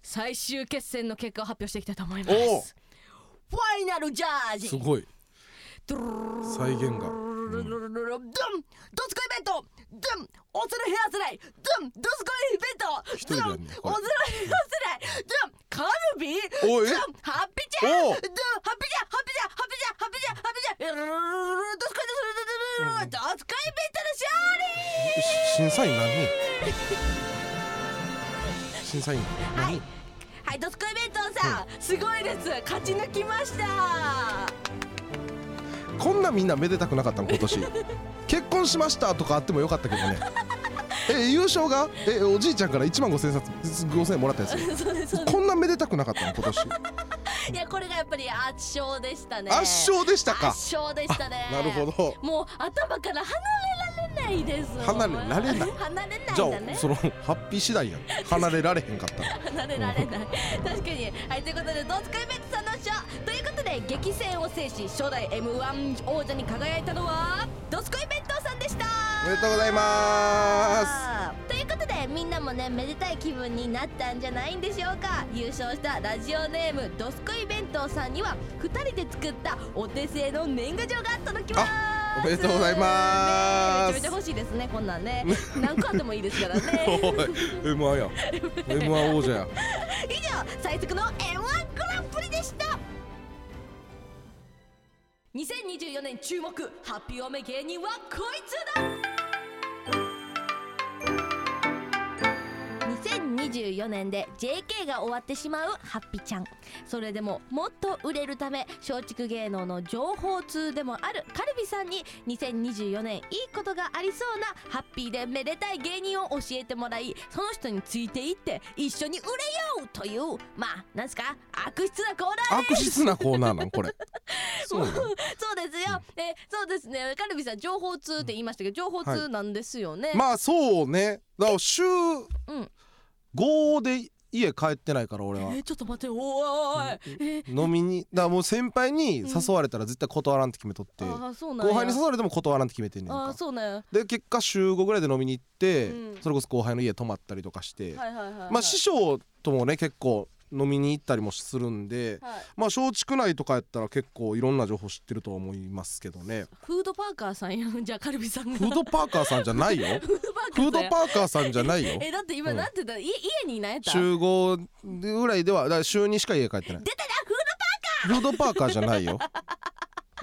最終決戦の結果を発表していきたいと思いまおうすファイナルジャージすごいドゥルルルルルルル再現が、ルルルルルドンドスコイ弁当ドンオセロヘア世代ドンドスコイ弁当ドン一人でやんねこオれセロヘア世代ドンカルビーおいドえンハッピーちゃんドンおハッピーちゃんハッピーちゃんハッピーちゃんハッピーちゃんハッピーちゃんルルルルルルドスコイルルルルルルドスコイ弁当の勝利し審査員何人審査員何人はいドスコイ弁当さんすごいです勝ち抜きましたこんなみんなめでたくなかったの 今年結婚しましたとかあってもよかったけどねえ優勝がえおじいちゃんから1万5千冊5千円もらったやつ そうですそうですこんなめでたくなかったの今年いやこれがやっぱり圧勝でしたね圧勝でしたか圧勝でしたねなるほどもう頭から離れられないです離れられない 離れないじゃんだあねそのハッピー次第 やん離れられへんかった離れられない 確かにはいということでドスカイベッツさんの勝ということで激戦を制し初代 M1 王者に輝いたのはドスコイ弁当さんでしたおめでとうございますということでみんなもねめでたい気分になったんじゃないんでしょうか優勝したラジオネームどすこい弁当さんには2人で作ったお手製の年賀状が届きますおめでとうございまねえめちゃめちゃす欲しいですねこんなんね何個あってもいいですから おいね M1 や M1 王者や以上最速の M1 グランプリでした2024年注目ハッピーおめ芸人はこいつだ2024年で JK が終わってしまうハッピちゃんそれでももっと売れるため松竹芸能の情報通でもあるカルビさんに2024年いいことがありそうなハッピーでめでたい芸人を教えてもらいその人についていって一緒に売れようというまあなんすか悪質なコーナーです悪質なコーナーなんこれそうなの そうですよ、えーそうですねカルビさん情報通って言いましたけど情報は通なんですよね、まあそうねだから週うん5で家帰ってないから俺はえーちょっと待っておーい、えー飲みにだからもう先輩に誘われたら絶対断らんって決めとって、ああそうなんや後輩に誘われても断らんって決めてんねんああかそうなんやで結果週5ぐらいで飲みに行って、うんそれこそ後輩の家泊まったりとかして、はいはいはいはい、まあ師匠ともね結構飲みに行ったりもするんで、はい、まあ松竹内とかやったら結構いろんな情報知ってるとは思いますけど ねフードパーカーさんやんじゃあカルビさんがフードパーカーさんじゃな いよフードパーカフーさードんやパーカーさんじゃないよえだって今うんなんて言った、い家にいないやった週5ぐらいではだから週2しか家帰ってない出たなフーフードパーカーじゃないよ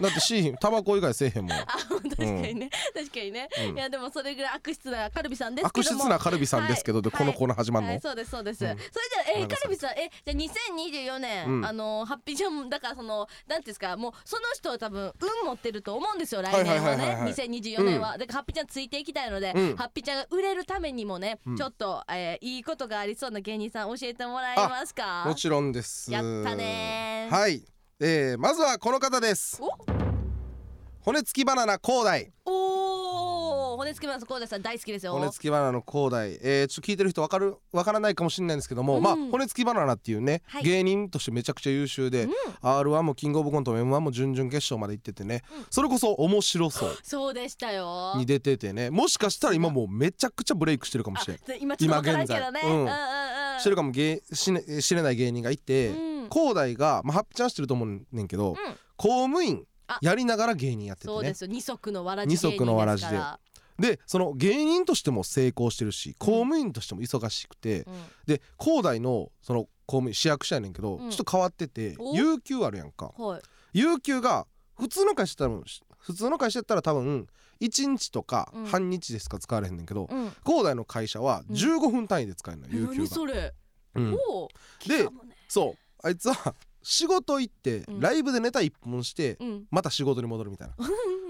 だってしーひんタバコ以外せえへんもんあ確かにね、確かにね、うんいやでもそれぐらい悪質なカルビさんですけ悪ど質もなカルビさんですけどではいこのコーナー始まんはのい、そうですそうです、うんそれじゃあえなんかさカルビさんえじゃあ2024年、うんあのーハッピージャムだからそのなんていうんですかもうその人は多分運持ってると思うんですよ来年ははいはいはいねはいはい2024年は、だからハッピーちゃんついていきたいので、うんハッピーちゃんが売れるためにもね、うんちょっと、えーいいことがありそうな芸人さん教えてもらえますかもちろんですやったねーはいえーまずはこの方です骨付きバナナ広大おおー骨付きますこうでさん大好きですよ骨付きバナナの広大えーちょっと聞いてる人わかるわからないかもしれないんですけども、うんまあ骨付きバナナっていうね、はい芸人としてめちゃくちゃ優秀で、R1 もキングオブコントも M1 も準々決勝まで行っててね、それこそ面白そうそうでしたよに出ててねもしかしたら今もうめちゃくちゃブレイクしてるかもしれんあ今ちょっとわからんけどね今現在うんうんうんうんしてるかも芸しね知れない芸人がいて、うん広大が、まあ、ハッピーちゃん知ってると思うねんけど、公務員あやりながら芸人やっててそうでねすよ二足のわらじ二足のわらじで芸人すかでその芸人としても成功してるし公務員としても忙しくて、らうんで広大のその公務員市役所やねんけど、うんちょっと変わっててお有給あるやんかはい。有給が普通の会社やったら普通の会社やったら多分1日とかうん半日でしか使われへんねんけど、うん。広大の会社はうん15分単位で使えるの、有給何が。それ。うんおお。で来たもんねそうあいつは仕事行ってうんライブでネタ一本してうん。また仕事に戻るみたいな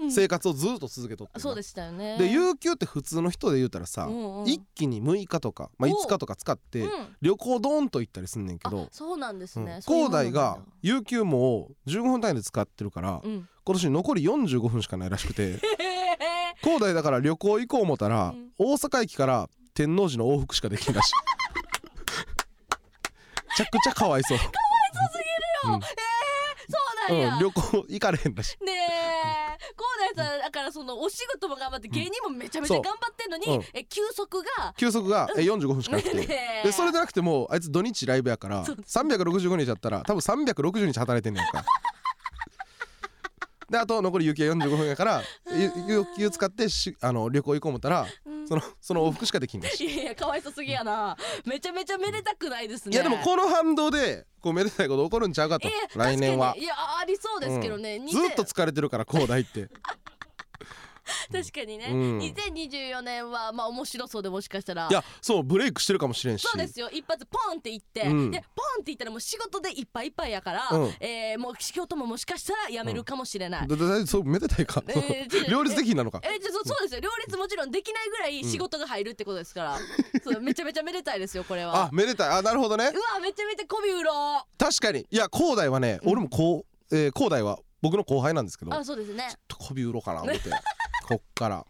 うん生活をずっと続けとってんなそうでしたよね。で有給って普通の人で言うたらさうんうん一気に6日とかまあおう5日とか使ってうん旅行ドーンと行ったりすんねんけあど、そうなんですうねん。そういうもん恒な大んだが有給も15分単位で使ってるからうん。今年残り45分しかないらし くて恒大だから旅行行こう思ったうらん大阪駅から天王寺の往復しかできん らしいめちゃくちゃかわいそうそうなんうん、や。旅行行かれへんらしいねえ、恒大さんだからそのお仕事も頑張って芸人もめちゃめちゃそう頑張ってんのうんに、え休息が。休息がえ45分しかなくて、ねえでそれでなくてもあいつ土日ライブやからそうで365日やったら多分360日働いてんねや んかであと残り有給は45分やからゆ有給使ってしあの旅行行こう思ったら、うんそのその往復しかできんだしいやいやかわいそすぎやな。めちゃめちゃめでたくないですね。いやでもこの反動でこうめでたいこと起こるんちゃうかと、ええ来年は確か。にいやありそうですけどね。うん2000ずっと疲れてるからこうだいって確かにね、うん2024年はまあ面白そうでもしかしたらいやそうブレイクしてるかもしれんしそうですよ一発ポンっていって、うんでポンっていったらもう仕事でいっぱいいっぱいやから、うんえーもう仕事ももしかしたら辞めるかもしれない、だだだそうめでたいか、ええ ちょっと両立できひんなのか えじゃあそそうですよ両立もちろんできないぐらい仕事が入るってことです から、そうめちゃめちゃめでたいですよこれはあめでたいあなるほどねうわめちゃめちゃ媚び売ろう確かにいや広大はね、俺もこう、えー、広大は僕の後輩なんですけどちょっあそうですねとこび売ろうかな 思ってこっから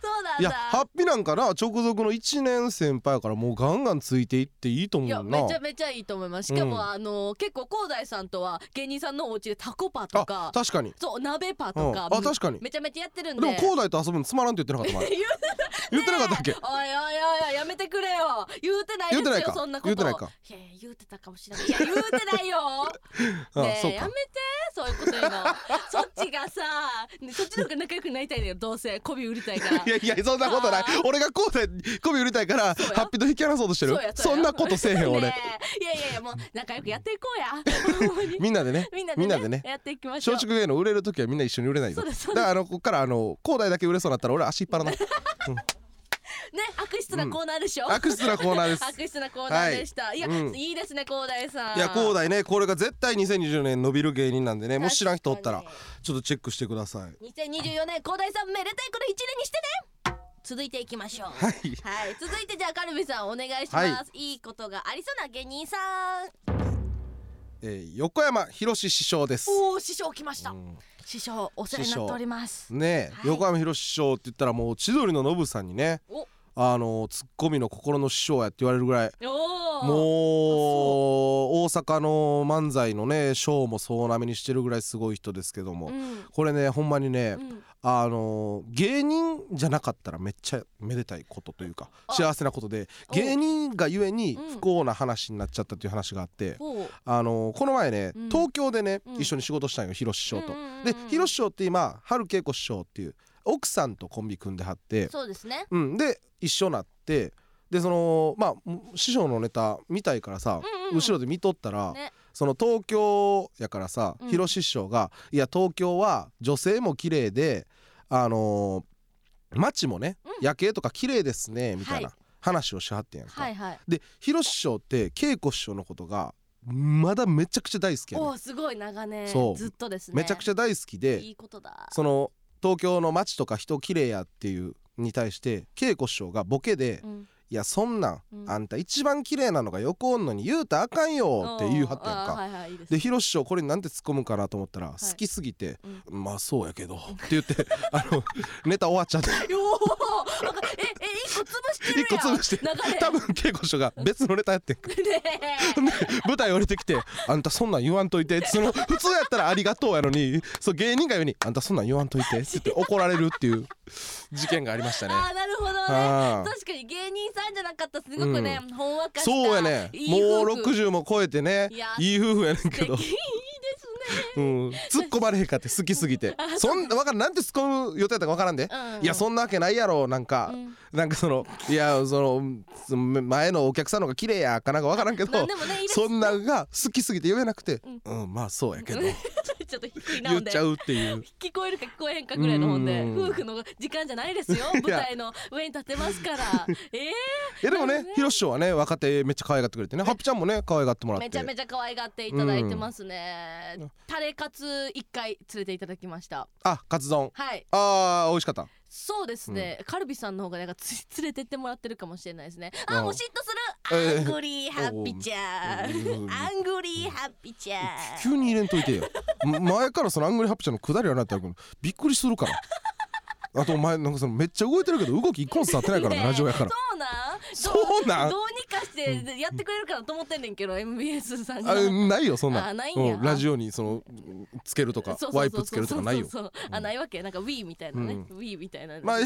そうなんだいやハッピーなんかな直属の1年先輩やからもうガンガンついていっていいと思いうやなめちゃめちゃいいと思いますしかも、うんあの結構広大さんとは芸人さんのお家でタコパとあか確かにそう鍋パうんとか、あ確かにめちゃめちゃやってるんででも広大と遊ぶのつまらんって言ってな かった前言ってなかったっけおいおいおいおいやめてくれよ言うてないですよ言うてないかそんなこと言うてないかやいや言うてたかもしれないいや言うてないよ あねそえうやめてかそういうこと 言うのそっちがさ、ね、そっちの方が仲良くなりたいんだよどうせ媚び売りたいから いやいやそんなことないあー俺が広大にこび売りたいからそうやハッピーと引き離そうとしてるうやうそやんなことせえへん俺ねえいやいやいやもう仲良くやっていこ うやほんまにみんなでねみんなでねみんなでねやっていきましょう松竹芸能売れる時はみんな一緒に売れないよそうだですそうかですらあのこっからあの広大だけ売れそうになったら俺足引っ張らないね悪質なコーナーでしょ、悪質なコーナーです悪質なコーナーでした、はいい、や、うんいいですね広大さんいや広大ねこれが絶対2020年伸びる芸人なんでねもし知らん人おったら確かちょっとチェックしてください2024年広大さんめでたいこれ一年にしてね続いていきましょうはい、 い続いてじゃあカルビさんお願いします、、はいいことがありそうな芸人さんえー横山博史師匠ですおお師匠来ました、うん師匠お世話になっておりますねえ、はい横山博史師匠って言ったらもう千鳥のノブさんにねおあのツッコミの心の師匠やって言われるぐらいおもうう大阪の漫才のねショーも総なめにしてるぐらいすごい人ですけども、んこれねほんまにね、うんあの芸人じゃなかったらめっちゃめでたいことというかあ幸せなことでお芸人がゆえにうん不幸な話になっちゃったという話があって、ほうあのこの前ね、うん東京でね、うん一緒に仕事したんよヒロ師匠と。うんうんうんでヒロ師匠って今春恵子師匠っていう奥さんとコンビ組んではって、そうですねうん、で一緒になってでそのまあ師匠のネタ見たいからさ、うんうん後ろで見とったら、ねその東京やからさうん広志師匠が、いや東京は女性も綺麗であのー街もね、う夜景とか綺麗ですねみたいなは話をしはってんやんか、はいはいで広志師匠って恵子師匠のことがまだめちゃくちゃ大好きやねんおーすごい長年そうずっとですねめちゃくちゃ大好きでいいことだその東京の街とか人綺麗やっていうに対して恵子師匠がボケでうん「いやそんなん、うんあんた一番綺麗なのが横おんのに言うたらあかんよ」って言うはったやんあーか。はいはいいいですで広志師匠これになんて突っ込むかなと思ったら、い好きすぎて「まあそうやけど」って言ってあ のネタ終わっちゃってよーなんかええ一個潰してるやん一個潰して流れ多分恵子師匠が別のネタやってんかねえで舞台降りてきて「あんたそんなん言わんといて」その普通やったら「ありがとう」やのにそう芸人が言うに「あんたそんなん言わんといて」って言って怒られるっていう事件がありましたね。あーなるほどねあー確かに芸人さんじゃなかったすごくね、ほんわかしたそうやねいいもう夫婦60も超えてねいやいい夫婦やねんけど素敵いいですねうん、突っ込まれへんかって好きす ぎてそんなわからんなんて突っ込む予定だったかわからんで、うんうんいやそんなわけないやろなんか、うんなんかそのいやそのうんその前のお客さんの方が綺麗やかなんかわからんけなどんでもねいいですそんなんが好きすぎて言えなくてうん、うん、まあそうやけど ちょっと低いな言ほっんでちゃうって いう。聞こえるか聞こえへんかぐらいのほんでうん夫婦の時間じゃないですよ舞台の上に立てます からええでもなるねほどね、ひろし師匠はね、若手めっちゃ可愛がってくれてね、ハッピちゃんもね、可愛がってもらー、って。めちゃめちゃ可愛がっていただいてますね、タレカツ一回連れていただきましたあ、カツ丼。はいああ、美味しかった。そうですね、カルビさんの方がなんかつ連れてってもらってるかもしれないですねあああもう嫉妬するえアえングリーハッピーちゃんアうんングリーハッピーちゃん急に入れんといてよ 前からそのアングリーハッピーちゃんのくだりはなってあるけどびっくりするからあとお前なんかそのめっちゃ動いてるけど動き一個も伝わってないから、ねね、えラジオやからそうなんそうなんどうどうにかしてやってくれるかなと思ってんねんけど MBS さんがあないよそんなあんないんやうラジオにそのつけるとかそうそうそうそうワイプつけるとかないよそうそうそうあないわけなんか Wii みたいなね、うん Wii みたいなねまあ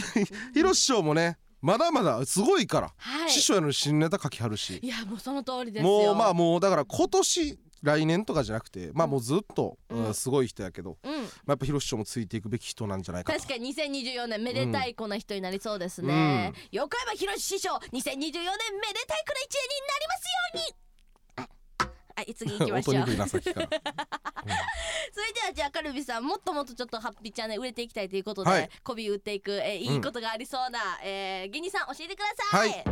ヒロ師匠もねまだまだすごいから、はい師匠やのに新ネタ書きはるしいやもうその通りですよもうまあもうだから今年来年とかじゃなくてまあもうずっと、うんうんすごい人やけど、うんまあ、やっぱヒロ師匠もついていくべき人なんじゃないかと確かに2024年めでたいこな人になりそうですね、横山ひろし師匠2024年めでたいこな一年になりますようにはい次行き ましょう音にくいなさっきからそれではじゃあカルビさんもっともっとちょっとハッピーちゃんね売れていきたいということで、はい媚び売っていく、えーいいことがありそうな、えー芸人さん教えてください、はい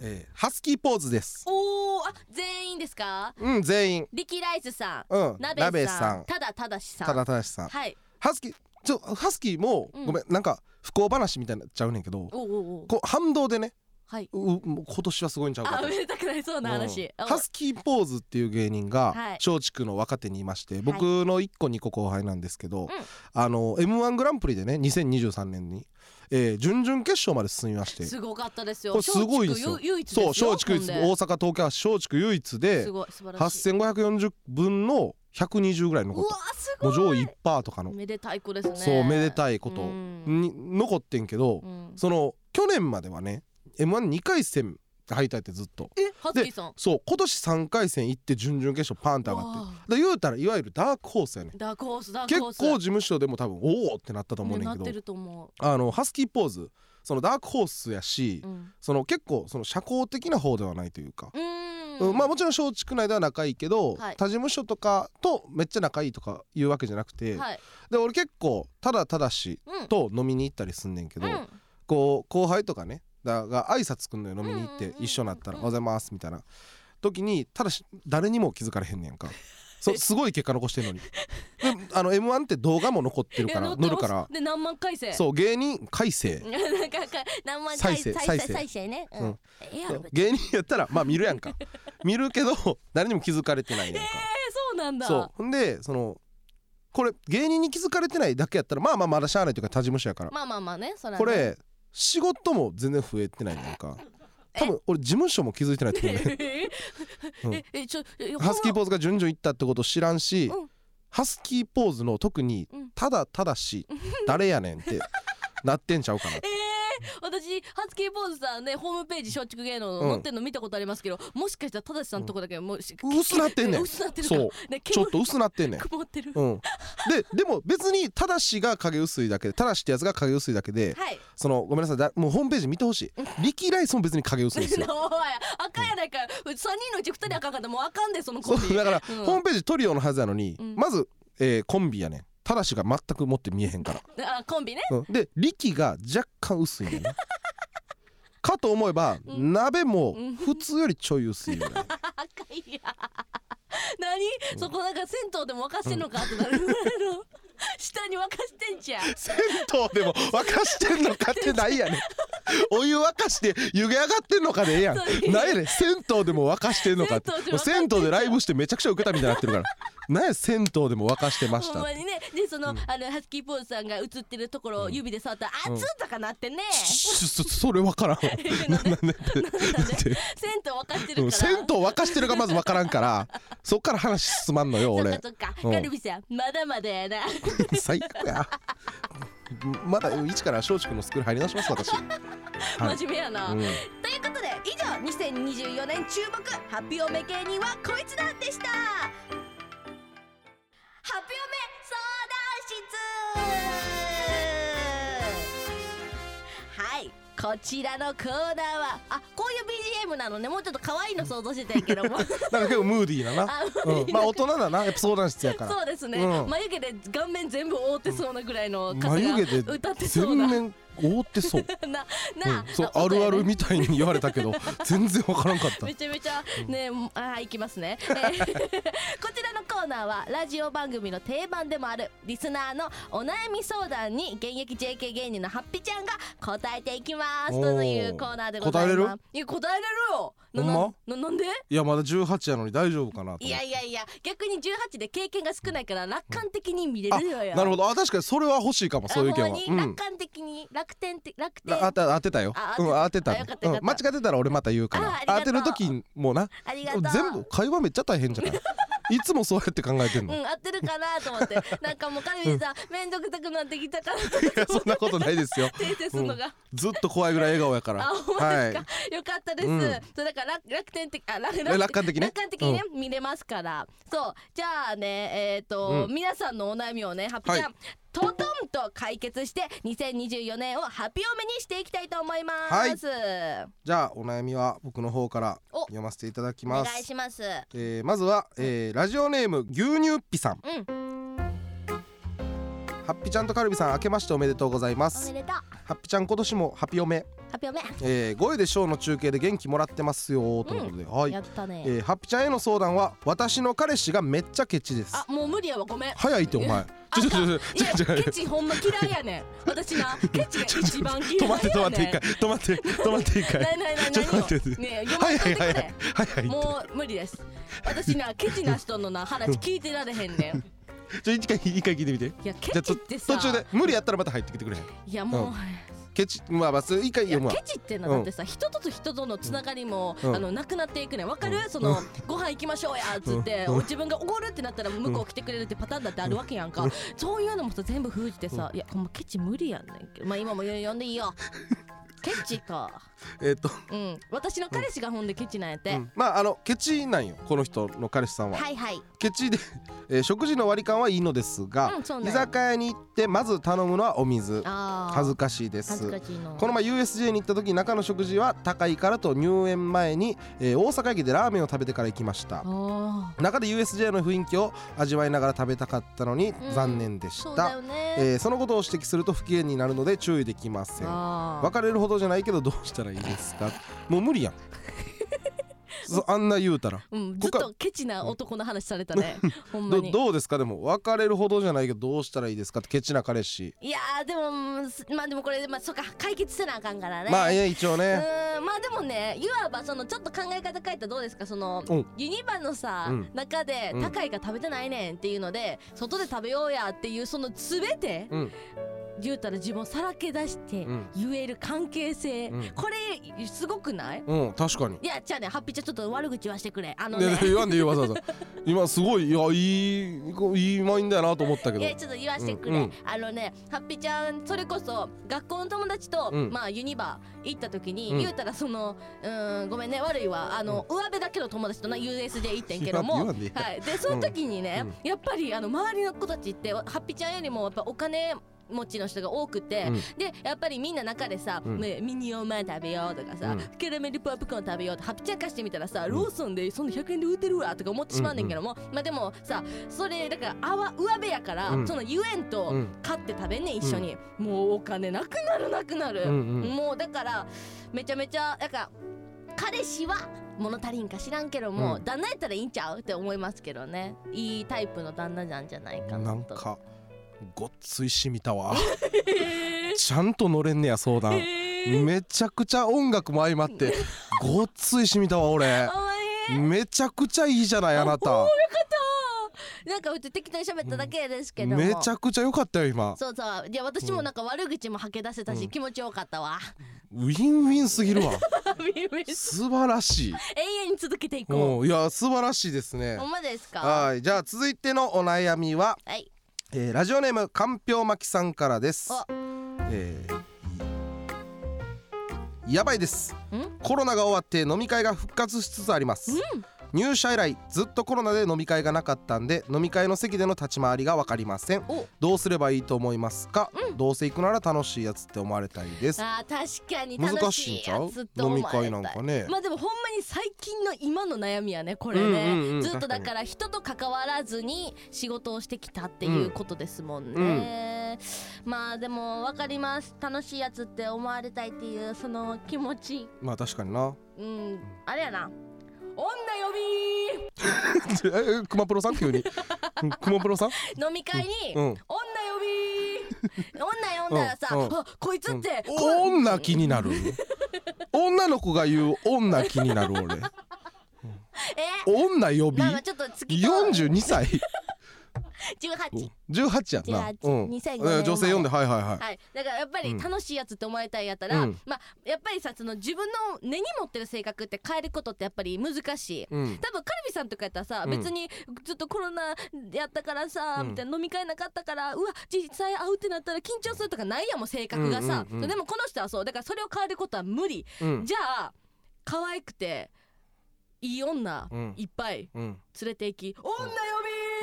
えーハスキーポーズですおおあ全員ですかうん全員リキライスさん、うん鍋さん鍋さんただただしさんただただしさんはいハスキーちょハスキーもうんごめんなんか不幸話みたいになっちゃうねんけどおうおうおうこう反動でねはいうもう今年はすごいんちゃうあかと。めでたくなりそうなうん話、おハスキーポーズっていう芸はい人が松竹の若手にいまして僕の1個2個後輩なんですけど、んあの m 1グランプリでね2023年に、えー準々決勝まで進みましてすごかったですよこれすごいですよ松竹唯一ですそうよ松竹唯一ほん大で阪東京発松竹唯一ですごい素晴らしい。 8540分の120ぐらい残うっわたすもごうい。上位1%とかのめでたい子ですね。そうめでたいことうんに残ってんけどうんその去年まではね m 1 2回戦敗退ってずっとえハスキーさん。そう今年3回戦行って準々決勝パンって上がわっあてで言うたらいわゆるダークホースやねダークホースダーク結構ホース。事務所でも多分おおってなったと思うねねんなっけてどると思あのハスキーポーズそのダークホースやしう。うん。その結構その社交的な方ではないというかうー。うんんまあもちろん松竹内では仲いいけど、はい他事務所とかとめっちゃ仲いいとかいうわけじゃなくて、はい。で俺結構ただただしうん。と飲みに行ったりすんねんけど、うんこう後輩とかねだが挨拶くんのよ飲みに行っうんてうんうん一緒になったらう「んおはようございます」みたいな時にただし誰にも気づかれへんね んかそすごい結果残してんのにであの m 1って動画も残ってるかいらや乗るからで何万回生。う。そう芸人改正 なんか何万回再生再再生生再生ね。ううんん。えそーう芸人やったらまあ見るやんか見るけど誰にも気づかれてないねんか。そうなんだ。そうほんでそのこれ芸人に気づかれてないだけやったらまあまあまだしゃあないというか他事務所やから、まあまあまあね。そらねこ。 れ仕事も全然増えてないなんかえ多分俺事務所も気づいてないと思うねうんええちょえハスキーポーズが順々いったってこと知らんし、うんハスキーポーズの特にうん ただただし誰やねんってなってんちゃうかなえー私ハスキーポーズさんねホームページ松竹芸能の載ってるの見たことありますけど、もしかしたら正さんのとこだけもうし薄なってんねん薄なってるかそうねちょっ煙と薄な ってんねん曇ってる、うん、ででも別にただしが影薄いだけでただしってやつが影薄いだけで、はいそのごめんなさいだもうホームページ見てほしい力ライスも別に影薄いんですよおい赤やないか3人のうち2人赤かったらもうあかんでその コそンビう だから、うんホームページトリオのはずなのに、うんまず、えーコンビやねんただしが全く持って見えへんから、あコンビね うん、で力が若干薄い ねんねかと思えば、鍋も普通よりちょい薄いよね赤いや 何、そこなんか銭湯でも沸かしてんのかってな るぐらいの下に沸かしてんじゃん 銭湯でも沸かしてんのかってないやねんお湯沸かして湯気上がってんのかでええやんそうなんやねん銭湯でも沸かしてんのかってもう銭銭湯でも沸かしてんじゃん湯でライブしてめちゃくちゃウケたみたいになってるからなんや銭湯でも沸かしてましほたんっまてにねでその、あのハスキーポーズさんが映ってるところを指で触ったら「うん熱っ!」とかなってね、ちそそれ分からん なんで なってんでだって銭湯沸かしてうるかんら、銭湯沸かしてるがまず分からんからそっから話進まんのよ そ俺っかそっか、うんカルビさんまだまだやな 最悪やまだ一から松竹のスクール入り直します 私はい真面目やな、うんということで以上2024年注目ハッピーオメ芸人はこいつだでしたハッピーオメ相談室はいこちらのコーナーはあこういう BGM なのねもうちょっと可愛いの想像してたんやけど もなんか結構ムーディーなな あムーディーうんまあ大人だなやっぱ相談室やからそうですね、うん眉毛で顔面全部覆ってそうなぐらいの方が眉毛で歌ってそう全な面覆って そう、なうな、ん、そうああ音るあやるねみたいに言われたけど 全然分からんかっためちゃめちゃね、あーいきますね、えー こちらのコーナーはラジオ番組の定番でもあるリスナーのお悩み相談に現役 JK 芸人のハッピちゃんが答えていきますおといーうコーナーでございますいや答えれるよなほんななんでいやまだ18やのに大丈夫かなと思っていやいやいや逆に18で経験が少ないから楽観的に見れるよよなるほどどあ確かにそれは欲しいかもそういう意見は、にうん楽、観的に楽天って楽天あああた当てたよあうん、当当ててたたあよかったよかっうたん間違ってたら俺また言うかああらりがとう当てる時もなりがとう全部会話めっちゃ大変じゃない いつもそうやって考えてんの、ういん合ってるかなと思 ってなんかもうカルビさん面倒くさくなってきたからとやそんなことないですよ訂正するのが、ずっと怖いぐらい笑顔やから あ、ほんまですか、よかったです。うんそうだから楽楽天的あ楽楽観的ね楽観的にね、見れますから。そうじゃあねえっ、と、う皆さんのお悩みをねハッピーちゃん、はいとどんと解決して2024年をハッピーおめにしていきたいと思います。じゃあお悩みは僕の方からお読ませていただきおま願いすします。えーまずは、えーラジオネーム牛乳っぴさんうんハッピちゃんとカルビさん明けましておめでとうございまおめすでとうハハッピちゃん今年もハピオメ、ッピーおめ、えー、声でショーの中継で元気もらってますよということで、はいやったね。えー、ハッピちゃんへの相談は私の彼氏がめっちゃケチですあもう無理やわごめん。早いってお前ちょちょちょいやちょちょケチほんま嫌いやねん。私なケチが一番嫌いやねん。止まって止まって一回止まって止まって一 回ないないないちょっと何を待って待ってねえ読まはいせはてくれいはいはい。はいはいってもう無理です私なケチな人のな話聞いてられへんねんちょ一回一回聞いてみていやケじゃチあとってさ途中で無理やったらまた入ってきてくれへんいやもう、うんケチまあまあそれ一回いや読むわケチってなだってさ、人と人とのつながりも、うんあのなくなっていくねんわかる、うんその、ご飯行きましょうやっつって、うん自分がおごるってなったら向こう来てくれるってパターンだってあるわけやんか、そういうのもさ全部封じてさ、いやほんまケチ無理やんねんけどまあ今も呼んでい いよケチかえっとうん私の彼氏がほんでケチなんやって、うんまああのケチなんよこの人の彼氏さんははいはいケチでえー食事の割り勘はいいのですがうんそうなん居や酒屋に行ってまず頼むのはお水ああ恥ずかしいで恥ずすかしいのこの前 USJ に行った時中の食事は高いからと入園前に、えー大阪駅でラーメンを食べてから行きましたああ中で USJ の雰囲気を味わいながら食べたかったのにん残念でしそうだた、よね。えーそのことを指摘すると不機嫌になるので注意できませんあー別れるほどじゃないけどどうしたらいいですかもう無 理やんそあんな言うたらうん、ずこっこはとケチな男の話されたね。ほんまどに。どうですかでも別れるほどじゃないけどどうしたらいいですかってケチな彼氏、いやーでもうんすまあでもこれまあそっか解決せなあかんからね。まあいや一応ねうーんまあでもねいわばそのちょっと考え方変えたらどうですかそのうんユニバのさ、うん中でうん高いが食べてないねんっていうので外で食べようやっていうその全てうん言うたら自分をさらけ出してうん言える関係性、うんこれすごくないうん確かにいやじゃあねハッピーちゃんちょっと悪口はしてくれあのねね言わんでいいわざわざ今すごいいやいいこういいマインドやなと思ったけいどやちょっと言わせてくれ、うんうんあのねハッピーちゃんそれこそ学校の友達と、うんまあユニバ行った時に、うん言うたらそのうーんごめんね悪いわあの、上辺だけの友達とな USJ 行ってんけども言わんでいいはい、でその時にね、やっぱりあの周りの子たちってハッピーちゃんよりもやっぱお金持ちの人が多くて、うんでやっぱりみんな中でさ、うんねミニオンマン食べようとかさ、うんキャラメルポップコーン食べようとかハッピーちゃん貸してみたらさ、んローソンでそんな100円で売ってるわとか思ってしまうねんけども、まあでもさそれだからあわ上辺やから、うんそのゆえんとうん買って食べんねん一緒に、もうお金なくなるなくなる、うんうんもうだからめちゃめちゃだから彼氏は物足りんか知らんけども、うん旦那やったらいいんちゃうって思いますけどねいいタイプの旦那なんじゃないかななんとかごっついしみた わえーちゃんと乗れんねや相談えーめちゃくちゃ音楽も相まって ごっついしみたわ俺あわいいめちゃくちゃいいじゃないあなた なんかうち適当に喋っただけですけども、めちゃくちゃ良かったよ今そうそういや私もなんか悪口も吐け出せたし、うん気持ちよかった わウィンウィンすぎるわビビる素晴らしい永遠に続けていこうんいや素晴らしいですうねほんまですかはいじゃあ続いてのお悩みは、はいえーラジオネームかんぴょうまきさんからですお、えーやばいですんコロナが終わって飲み会が復活しつつあります、うん入社以来ずっとコロナで飲み会がなかったんで飲み会の席での立ち回りが分かりませんおどうすればいいと思いますか、どうせ行くなら楽しいやつって思われたいですあー確かに難楽しいしんいちゃやうつと飲思みわれたい会なんかね、まあでもほんまに最近の今の悩みやねこれね、うんうんうんずっとだから人と関わらずに仕事をしてきたっていうことですもんね、まあでも分かります楽しいやつって思われたいっていうその気持ちまあ確かにな うんあれやな女え熊プロさん急に熊プロさん呼び飲み会に、うんうん女呼 び女呼んだらさ、うんうんあこいつって、こうん女気になる女の子が言う女気になる俺え女呼びまあまあちょっと月と42歳18 18やな、 18う2005ん年えー女性呼んではいはいはい、はい、だからやっぱりうん楽しいやつって思われたいやったら、うんまあやっぱりさその自分の根に持ってる性格って変えることってやっぱり難しい。うん多分カルビさんとかやったらさ、うん別にずっとコロナやったからさ、うんみたいな飲み会なかったからうわ実際会うってなったら緊張するとかないやんもう性格がさ、うんうんうんでもこの人はそうだからそれを変えることは無理、うんじゃあ可愛くていい女、うんいっぱいうん連れて行き女呼び、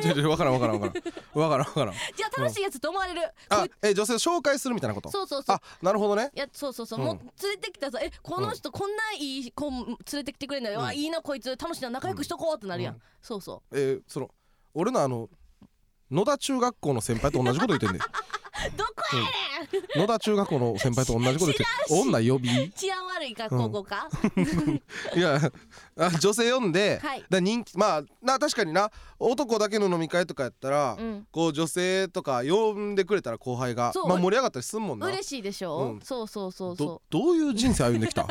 じゃじゃ分からん分からん分からん分からん分 からんじゃあ楽しいやつと思われる、こあいえー女性を紹介するみたいなことそうそうそうあなるほどねいやそうそうそう、うんもう連れてきたらさえこの人こんないい子連れてきてくれるのよ、うんあいいなこいつ楽しいな仲良くしとこうってなるやん、うんそうそえーその俺のあの野田中学校の先輩と同じこと言っ てんでうどこやねん、野田中学校の先輩と同じこと言って女呼び治安悪いか高校か、いやあ女性呼んで、はいだ人気まあな確かにな男だけの飲み会とかやったら、うんこう女性とか呼んでくれたら後輩がそうまあ、盛り上がったりすんもんな嬉しいでしょ、うんそうそうそうどそどういう人生歩んで きた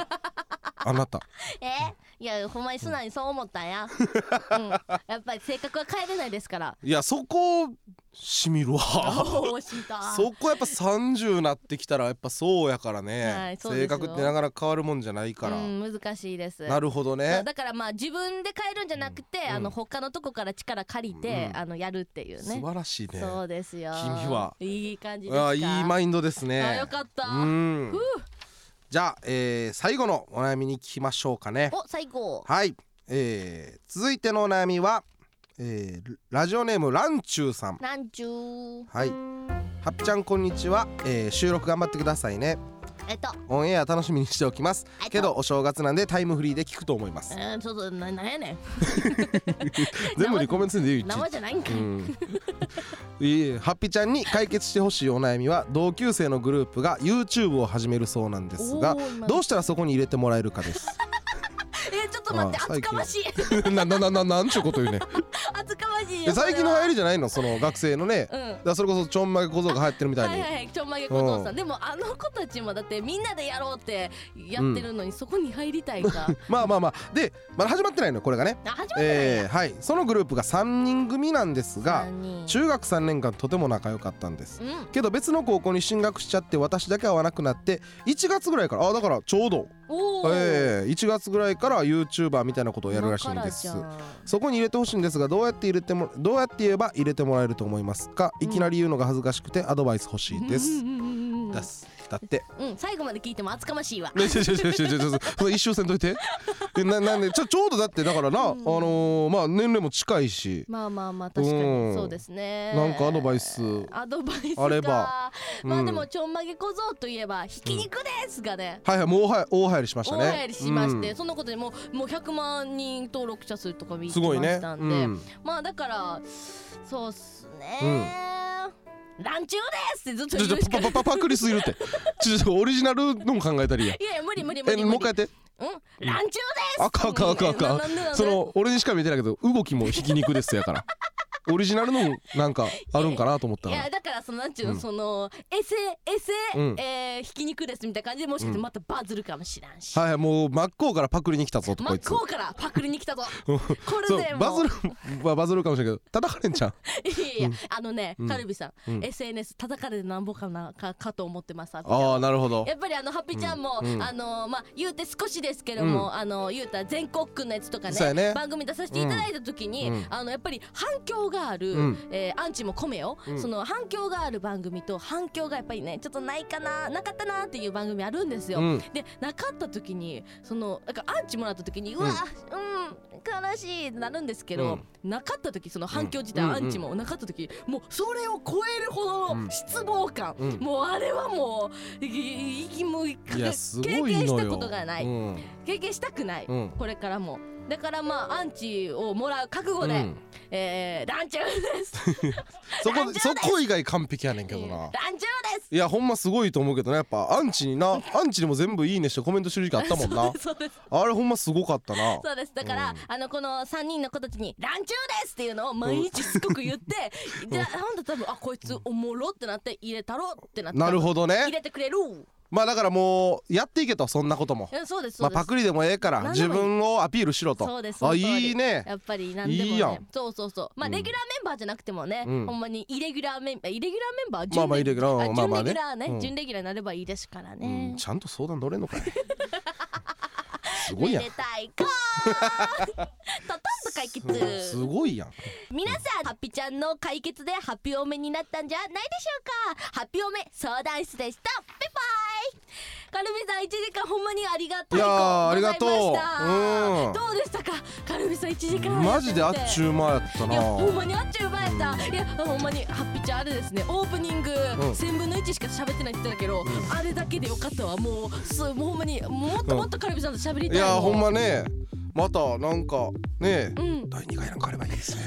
あなたうえいやほんまに素直にそう思ったんや、うん、やっぱり性格は変えれないですからいやそこしみるわ おおしいたそこやっぱ30なってきたらやっぱそうやからね、はいそうです性よ格ってなかなか変わるもんじゃないから、うん難しいですなるほどそうねだからまあ自分で変えるんじゃなくて、んあの他のとこから力借りて、うんあのやるっていうね素晴らしいねそうですよ。君はいい感じですか。あいいマインドですねあよかったうんじゃあ、えー最後のお悩みに聞きましょうかねお最後。はい、えー続いてのお悩みは、えーラジオネームランチューさんなんちゅう。はいはっぴちゃんこんにちは、えー収録頑張ってくださいねえっと。オンエア楽しみにしておきますえっとけどお正月なんでタイムフリーで聞くと思 いますうんちょっとななんやねん。全部にコメントするんでいい生じゃないんかい。うん、 いいハッピーちゃんに解決してほしいお悩みは同級生のグループが YouTube を始めるそうなんですがおー今のどうしたらそこに入れてもらえるかですえちょっとと待ってああ厚かましい なななななんちゅうこと言うね厚かましいえよ最近そのれ流は行りじゃないのその学生のね、うだんからそれこそちょんまげ小僧が流行ってるみたいはに、いはいはいちょんまげ小僧さうんんでもあの子たちもだってみんなでやろうってやってるのにそこに入りたいかまあまあまあでまだ始まってないのよこれがねあ始まったえーはいそのグループが3人組なんですが何中学3年間とても仲良かったんですうんけど別の高校に進学しちゃって私だけ会わなくなって1月ぐらいからあだからちょうど、おおえー、1月ぐらいから YouTuber みたいなことをやるらしいんですそこに入れてほしいんですがどうやって入れてもどうやって言えば入れてもらえると思いますかいきなり言うのが恥ずかしくてアドバイス欲しいです、うんうんうんうんうんだすだって うん最後まで聞いても厚かましいわねちょちょちょちょちょちょその一周せんといてえななんでちょちょうどだってだからな、あのーまあ年齢も近いしまあまあまあ確かうんにそうですねなんかアドバイスアドバイスかあればまうあんでもちょんまげ小僧といえばひき肉ですがねはいはいもうは大流行りしましたね大流行りしまして、うんそのことでもうもう100万人登録者数とか見てすまごいねしたんうで、んまあだからそうっすね、ランチューですってずっとちょち言ょうしかパないパパパクリすぎるってちょちょオリジナルのも考えたりやいやいや無理無理無え理無理もう一回やってうんランチューです赤赤赤な赤なんでなんでその俺にしか見てないけど動きもひき肉ですやからオリジナルのもなんかあるんかなと思ったいらやだからそのなんちゅうの、うんそのエセエセ、うんえーひき肉ですみたいな感じでもしかしてまたバズるかもしらんし、はいはいもう真っ向からパクリに来たぞと真こっいつ向からパクリに来たぞこそれ うでもバズる まあバズるかもしれんけど叩かれんじゃんいやいや、あのね、んカルビさん、うん SNS 叩かれてなんぼかなかかと思ってますあああなるほどやっぱりあのハッピーちゃんも、うんうんあのまあ言うて少しですけども、あの言うたら全国区のやつとかそうねやね番組出させていただいた時に、うんあのやっぱり反響がある、うんえーアンチも米よ、うんその反響がある番組と反響がやっぱりねちょっとないかななかったなっていう番組あるんですよ。うんでなかった時にそのなんかアンチもらった時にうわうん、悲しいってなるんですけど、なかった時その反響自体、うんアンチもなかった時もうそれを超えるほどの失望感、うんもうあれはもういいいもういいや経すごいの験よしたことがない、うん経験したくない、うんこれからもだからまあアンチをもらう覚悟で、うんえー、ランチューですそランこチそューですこ以外完璧やねんけラどンチュなーですいやほんますごいと思うけどねやっぱアンチになアンチにも全部いいねしてコメントしてる時期あったもんなそうですそうですあれほんますごかったなそうですだから、あのこの3人の子たちに「ランチューです!」っていうのを毎日すごく言って、じゃあなんだ多分あこいつおもろってなって入れたろってなってなるほど入ねれてくれるまあだからもうやっていけとそんなこともいやそうですそうです、まあパクリでもええから何で自もいい分をアピールしろとそうですそあの通りいいねやっぱり何でも、ね、いいやんそうそうそうまあうんレギュラーメンバーじゃなくてもね、うんほんまにイレギュラーメンバーイレギュラーメンバーまあまあイレギュラー準まあまあね準レギュラーね、うん準レギュラーになればいいですからうねん、ちゃんと相談乗れんのか いすごめいでやんたいか ートトンと解決すごいやん皆さんハッピーちゃんの解決でハッピーおめになったんじゃないでしょうかハッピーおめ相談室でしたバイバイカルビさん一時間ほんまにありがたいいやーございましたありがとうどうでしたかカルビさん一時間やマってみジてであっちゅう間やったいなやほんまにあっちゅう前さ、いやほんまにハッピーちゃんあれですねオープニングうん1000分の1しか喋ってないって言ってたけど、あれだけでよかったわもうすもうほんまにもっともっとカルビさんと喋りたいいやもほんまねまたなんかねうん第2回なんかあればいいですね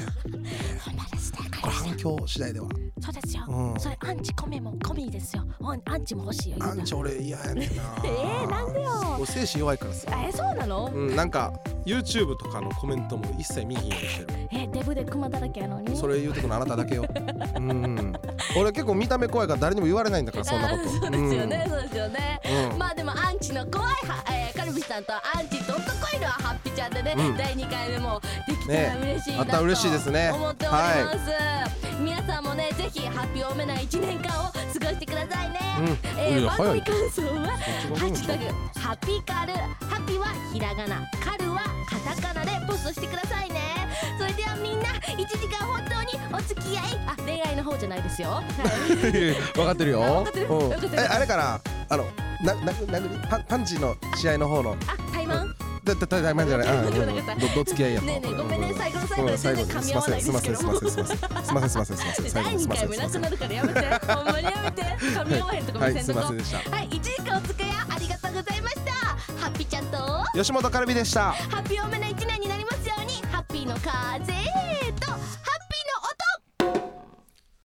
そんなですねカこルビれさん反響次第ではそうですよ、うんそれアンチコメもコミですよアンアンチも欲しいよ言うアたンらチ俺嫌やねんな えーなんでよ俺精神弱いからさえそうなの、うんなんか YouTube とかのコメントも一切見ひんようにしてるえデブでクマだらけやのにそれ言うてくのあなただ けようん俺結構見た目怖いから誰にも言われないんだからそんな こあとーそうですよね、そうですよね、うんまあでもアンチの怖いは、えー、カルビさんとアンチドットコイルはハッピーちゃんでね、うん第2回目もできたら嬉しいなねあったら嬉しいですねと思っております、皆さんもねぜひハッピー多めな1年間を過ごしてくださいね、うんえーいや番早い組感想は「ハうんッシュタグハピカル」「ハピはひらがな」「カルはカタカナ」でポストしてくださいねそれではみんな1時間本当にお付き合いあ恋愛の方じゃないですよ、はい分かってるよ。あ分かってるう分んかってえるあれからあのなな殴りパンパンチの試合の方のあ、台湾 だだだだまじゃない。あうんうんどど付き合いや。ねえねえごめんね最後の最後うでん全然噛み合わないすですけどすもませんすませんすませんすませんすませんすません最後第にす2ませ回んもすなませくん。なるからやめてほんまにやめて噛み合わへんとかは見いせすんいとまこせんでした。はい1時間お付き合いありがとうございましたハッピーちゃんとハ吉本カルビでした。ッピーおめな1年になりますようにハッピーの風と